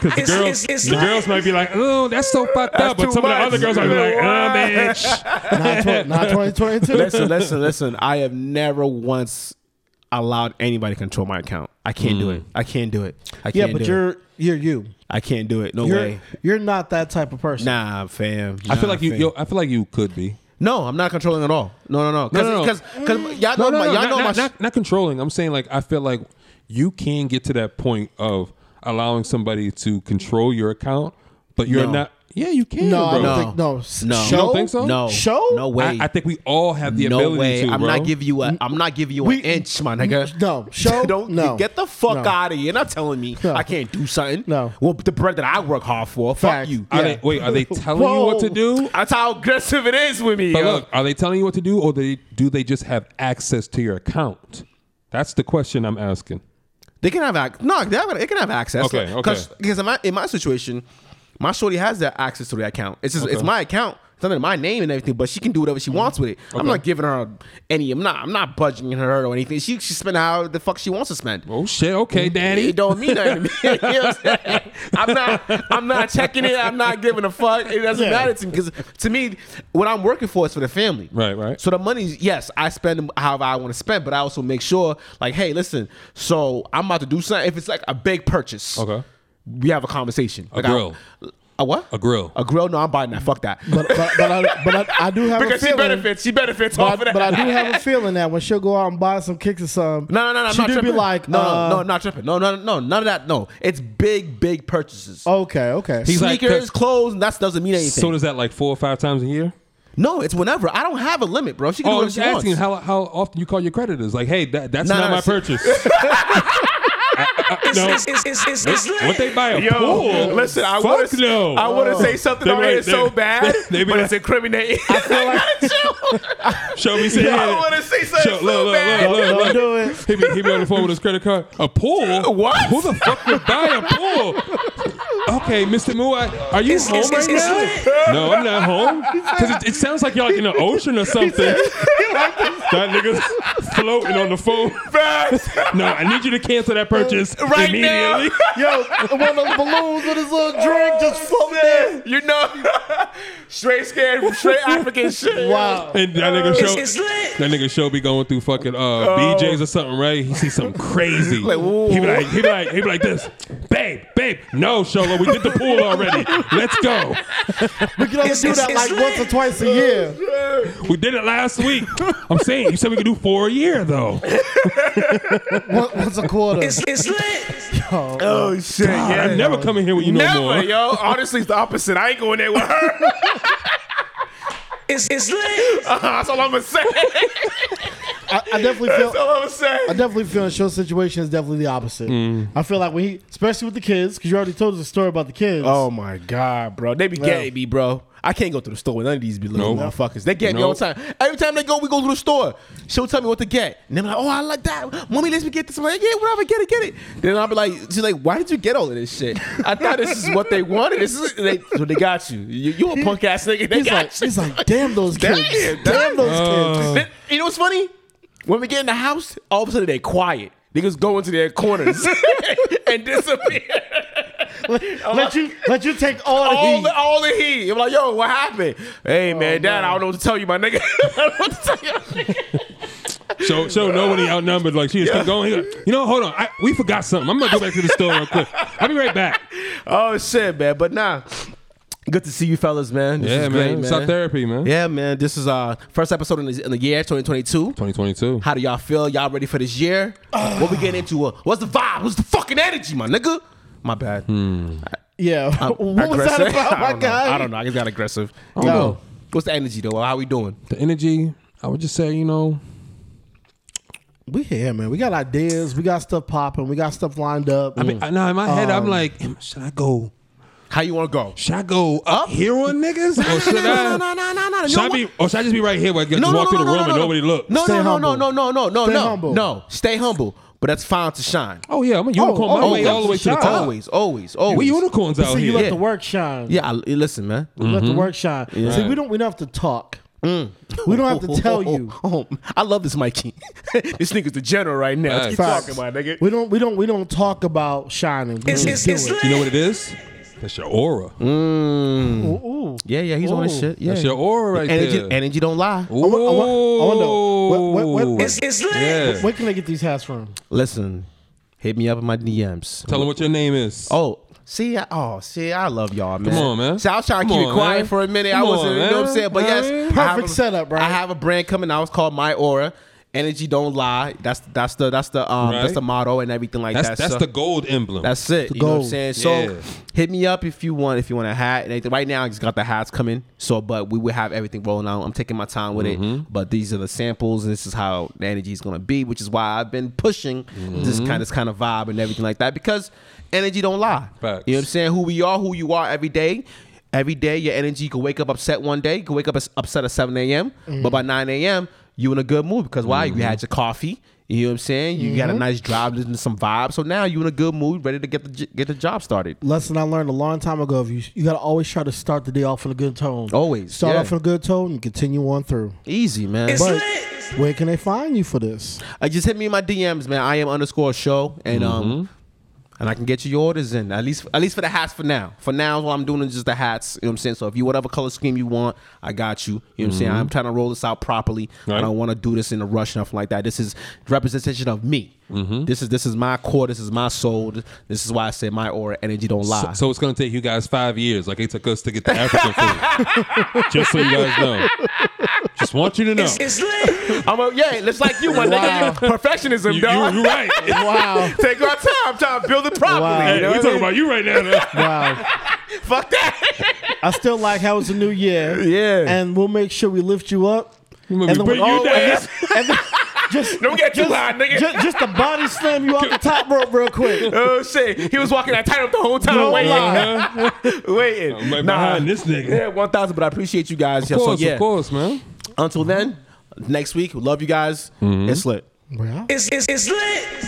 <laughs>
the
It's-
girls,
it's- it's
the
not-
girls might be like, "Oh, that's so fucked up," but
too
some
much.
of the other girls might be
<laughs>
like, "Oh, bitch."
not, tw-
<laughs>
not 2022.
listen, listen, listen. I have never once allowed anybody to control my account. I can't do
Mm.
it. I can't do it. I can't
yeah, but
do
you're
it.
you're you.
I can't do it. No
You're
way.
you're not that type of person.
Nah, fam.
I feel
Nah,
like you.
fam.
Yo, I feel like you could be.
No, I'm not controlling at all. No, no, no. Cause,
No, no, no.
Cause, 'cause y'all know my, y'all
not,
know
not,
my. sh-
not, not controlling. I'm saying like I feel like you can get to that point of allowing somebody to control your account, but you're
No.
not. Yeah, you can.
No, I
bro.
don't
No.
think no. S-
No.
show?
You don't think so?
No.
Show?
No way.
I, I think we all have the
no
ability
way.
to.
I'm
bro.
not giving you a. I'm not giving you
We-
an inch, my nigga. <laughs>
no. Show?
Don't
No.
get the fuck
No.
out of here. You're not telling me
No.
I can't do something.
No.
Well, the bread that I work hard for.
Facts.
Fuck you.
Are
Yeah.
they, wait, are
<laughs>
they telling you what to
Whoa.
do?
That's how aggressive it is with me.
But
yo.
look, are they telling you what to do, or they, do they just have access to your account? That's the question I'm asking.
They can have ac- no, they, have, they can have access.
Okay, okay.
Because in my in my situation, my shorty has that access to the account. It's just it's my account. It's under my name and everything, but she can do whatever she wants with it. I'm
Okay.
not giving her any. I'm not. I'm not budging her or anything. She she spend how the fuck she wants to spend.
Oh shit! Okay, Daddy.
Mm, It don't mean nothing to me. <laughs> You know what I'm saying? I'm not. I'm not checking it. I'm not giving a fuck. It doesn't
Yeah.
matter to me because to me, what I'm working for is for the family.
Right, right.
So the money, yes, I spend however I want to spend, but I also make sure, like, hey, listen. So I'm about to do something. If it's like a big purchase,
Okay.
we have a conversation. A
grill.
a what?
A grill.
A grill? No, I'm buying that. Fuck that.
But but, but, I, but I, I do have
because
a
she
feeling.
benefits. She <laughs> benefits
But, I-
off of that.
but I do have a feeling that when she'll go out and buy some kicks or something,
No, no, no, no. I'm
she
not
do
tripping.
be like,
no,
uh,
no, no, I'm not tripping. No, no, no, none of that. No, it's big, big purchases.
Okay, okay.
He's like,
Sneakers,
"'Cause-
clothes, and that doesn't mean anything.
So does that like four or five times a year?
no, it's whenever. I don't have a limit, bro. She can do
Oh,
whatever
I'm just
she
asking
wants.
how how often you call your creditors. Like, hey, that, that's
Nah,
not
nah,
my
see-
<laughs> purchase. I- I- I- no.
It's, it's, it's, it's, it's
What
lit.
they buy a
Yo,
pool?
listen, I
Fuck
want to
no. Oh.
I want to say something
They
on
be
here
like-
so
they-
bad,
<laughs> they be
but
like-
it's incriminating.
<laughs>
<laughs> I
feel like-
Show me some.
I want to say something
Show-
so
look, look,
bad.
look,
<laughs>
look,
don't
look.
do it.
He be, he be on the phone with his credit card. A pool?
Uh, What?
Who the fuck would buy a pool? Okay, Mr. Muai, are you
It's-
home
it's-
right
it's-
now?
it's
no, I'm
<laughs>
not home. Because it, it sounds like you're like in the ocean or something. that nigga's floating on the phone. no, I need you to cancel that purchase
Uh, Right now.
immediately.
Yo, one of those balloons with his little drink just floating there.
You know, <laughs> straight scared from
<laughs>
straight African shit.
Wow.
And that nigga
It's,
show
it's lit.
that nigga show be going through fucking uh, BJ's or something, right? He see something crazy.
Oh. whoa.
he be like, he be like, he be like this, babe, babe. No, Sholo, we did the pool already. Let's go.
We can only
It's-
do
it's-
that
it's
like once or
lit.
twice a year.
We did it
<laughs>
last week. I'm saying you said we could do four a year though.
Once, once a quarter.
It's, it's lit.
Oh shit! yeah,
I never come in here with you no
never,
more.
yo. Honestly, it's the opposite. I ain't going there with her. <laughs>
It's, it's lit.
That's all I'm gonna say.
I, I definitely feel.
That's all I'm gonna say.
I definitely feel in show situation is definitely the opposite.
Mm.
I feel like when he, especially with the kids, because you already told us a story about the kids.
Oh my god, bro. They be getting me, bro. I can't go to the store with none of these little
Nope.
motherfuckers. They get me all
Nope.
the time. Every time they go, we go to the store. She'll tell me what to get. And I'm like, oh, I like that. Mommy, let's me get this. I'm like, yeah, whatever, get it, get it. Then I'll be like, she's like, why did you get all of this shit? I thought this is what they wanted. This is they, so they got you. you. You a punk ass nigga. They
he's
got
like,
you.
he's like, damn those kids,
Damn,
damn,
damn. Uh.
those
<laughs>
kids.
Then- you know what's funny? When we get in the house, all of a sudden they quiet. Niggas go into their corners <laughs> and disappear.
Let you, let you take all the
all
heat. Oh,
the all the heat. I'm like, yo, what happened? Hey man, dad, I don't know what to tell you, my nigga.
<laughs>
I don't know what to tell you.
Show show nobody outnumbered. Like she just keep going. He like, you know, hold on. I, we forgot something. I'm gonna go back to the store real quick. I'll be right back.
oh shit, man. But nah. Good to see you fellas, man. This
Yeah,
is
man.
great,
It's our therapy, man.
Yeah, man. This is our first episode in the, in the year 2022.
2022.
How do y'all feel? Y'all ready for this
<sighs>
year? what we getting into? Uh, What's the vibe? What's the fucking energy, my nigga? My bad.
yeah, <laughs> Uh, what was that
Aggressive.
<laughs>
<laughs>
about,
I
my
don't know.
guy?
I don't know. I just got aggressive.
No.
What's the energy though? How we doing?
The energy. I would just say, you know,
We here, man. We got ideas. We got stuff popping. We got stuff lined up. Mm.
I mean, I know in my head,
Um,
I'm like, "Am- should I go?
How you want to go?
Should I go up here on niggas, or <laughs> should
no,
I?
no, no. You
Should
know
I
what?
be, or should I just be right here? Where I just
no,
walk
no,
through
no,
the
no,
room
no,
and
no.
nobody look.
No,
Stay
no, no,
humble.
no, no, no, no,
Stay
no,
humble.
no. Stay humble, but that's fine to shine.
Oh yeah, I'm a unicorn my
oh,
way
yeah,
all the way to the
shine.
top.
Always, always, always.
We unicorns out
See, you
here.
let
Yeah.
the work shine.
Yeah, I, eh, listen, man.
you let the work shine. See, we don't. We don't have to talk. We don't
Oh,
have to <laughs> tell you.
I love this Mikey. <laughs> this nigga's the general right now. Let's keep
Facts.
talking about it, nigga.
We don't. We don't. We don't talk about shining. We
It's,
just
it's,
do
it's
it.
lit.
You know what it is? That's your aura.
Mm.
Yeah, yeah, he's on his
Ooh.
shit. Yeah,
Oh, That's your aura right
energy,
there. Oh.
energy don't lie.
Ooh.
I wanna know, what- what- what-
It's, it's lit.
yeah.
Where can they get these hats from?
Listen, hit me up in my DMs.
Tell them what your name is.
Oh, see, I, oh, see, I love y'all, man.
on, man.
See, I was trying to
Come
keep it
on,
quiet
man.
for a minute. I
Come
wasn't,
on,
you know what I'm
man.
saying? But yes,
Right?
I have
Perfect
a-
setup, right?
I have a brand coming out. It's called My Aura. Energy don't lie. That's that's the that's the um that's
Right.
the motto and everything like
that's
that.
that's,
so-
the gold emblem.
That's it. You know what I'm
goal.
saying? So
Yeah.
hit me up if you want if you want a hat and anything. Right now I just got the hats coming. So but we will have everything rolling out. I'm taking my time with it. But these are the samples and this is how the energy is gonna be, which is why I've been pushing this kind this kind of vibe and everything like that. Because energy don't lie.
Facts.
You know what I'm saying? Who we are, who you are every day. Every day your energy you can wake up upset one day, you can wake up as- upset at 7 a.m. But by 9 a.m., you in a good mood because why? You had your coffee. You know what I'm saying? You got a nice drive, listen to some vibe. So now you in a good mood, ready to get the j- get the job started.
lesson I learned a long time ago. If you you gotta always try to start the day off in a good tone.
Always,
start
yeah.
off in a good tone and continue on through.
Easy, man.
It's
But-
lit.
Where can they find you for this?
I just hit me in my DMs, man. I am underscore show and
Mm-hmm.
um and I can get you your orders in. At least at least for the hats for now. For now, all I'm doing is just the hats. You know what I'm saying? So if you whatever color scheme you want, I got you. You know what I'm saying? I'm trying to roll this out properly. I
Mm-hmm. Right.
don't want to do this in a rush nothing like that. This is representation of me.
Mm-hmm.
This is this is my core, this is my soul. This is why I say my aura energy don't lie.
So, so it's gonna take you guys five years, like it took us to get the African food.
<laughs>
Just so you guys know. Just want you to know.
It's, it's lit.
I'm a, yeah, it's like you, my nigga. Perfectionism,
you,
dog.
are right.
Wow,
Take our time, time, build it properly.
Wow.
You
Hey,
know what I
we talking
mean?
about you right now. though.
wow.
Fuck that.
I still like how it's a new year.
Yeah.
and we'll make sure we lift you up.
gonna
And then
be
we
bringing you
all-
down.
and then- <laughs> and then Just
Don't get too
just-
high, nigga.
Just, just the body slam you off the top rope real quick.
<laughs> oh shit! He was walking that tight up the whole time,
No
waiting,
lie.
waiting.
I'm right behind this nigga.
Yeah, 1,000, but I appreciate you guys.
Of course,
so, yeah.
of course, man. Mm-hmm.
Until then, next week, love you guys. It's lit.
Well,
It's, it's, it's lit.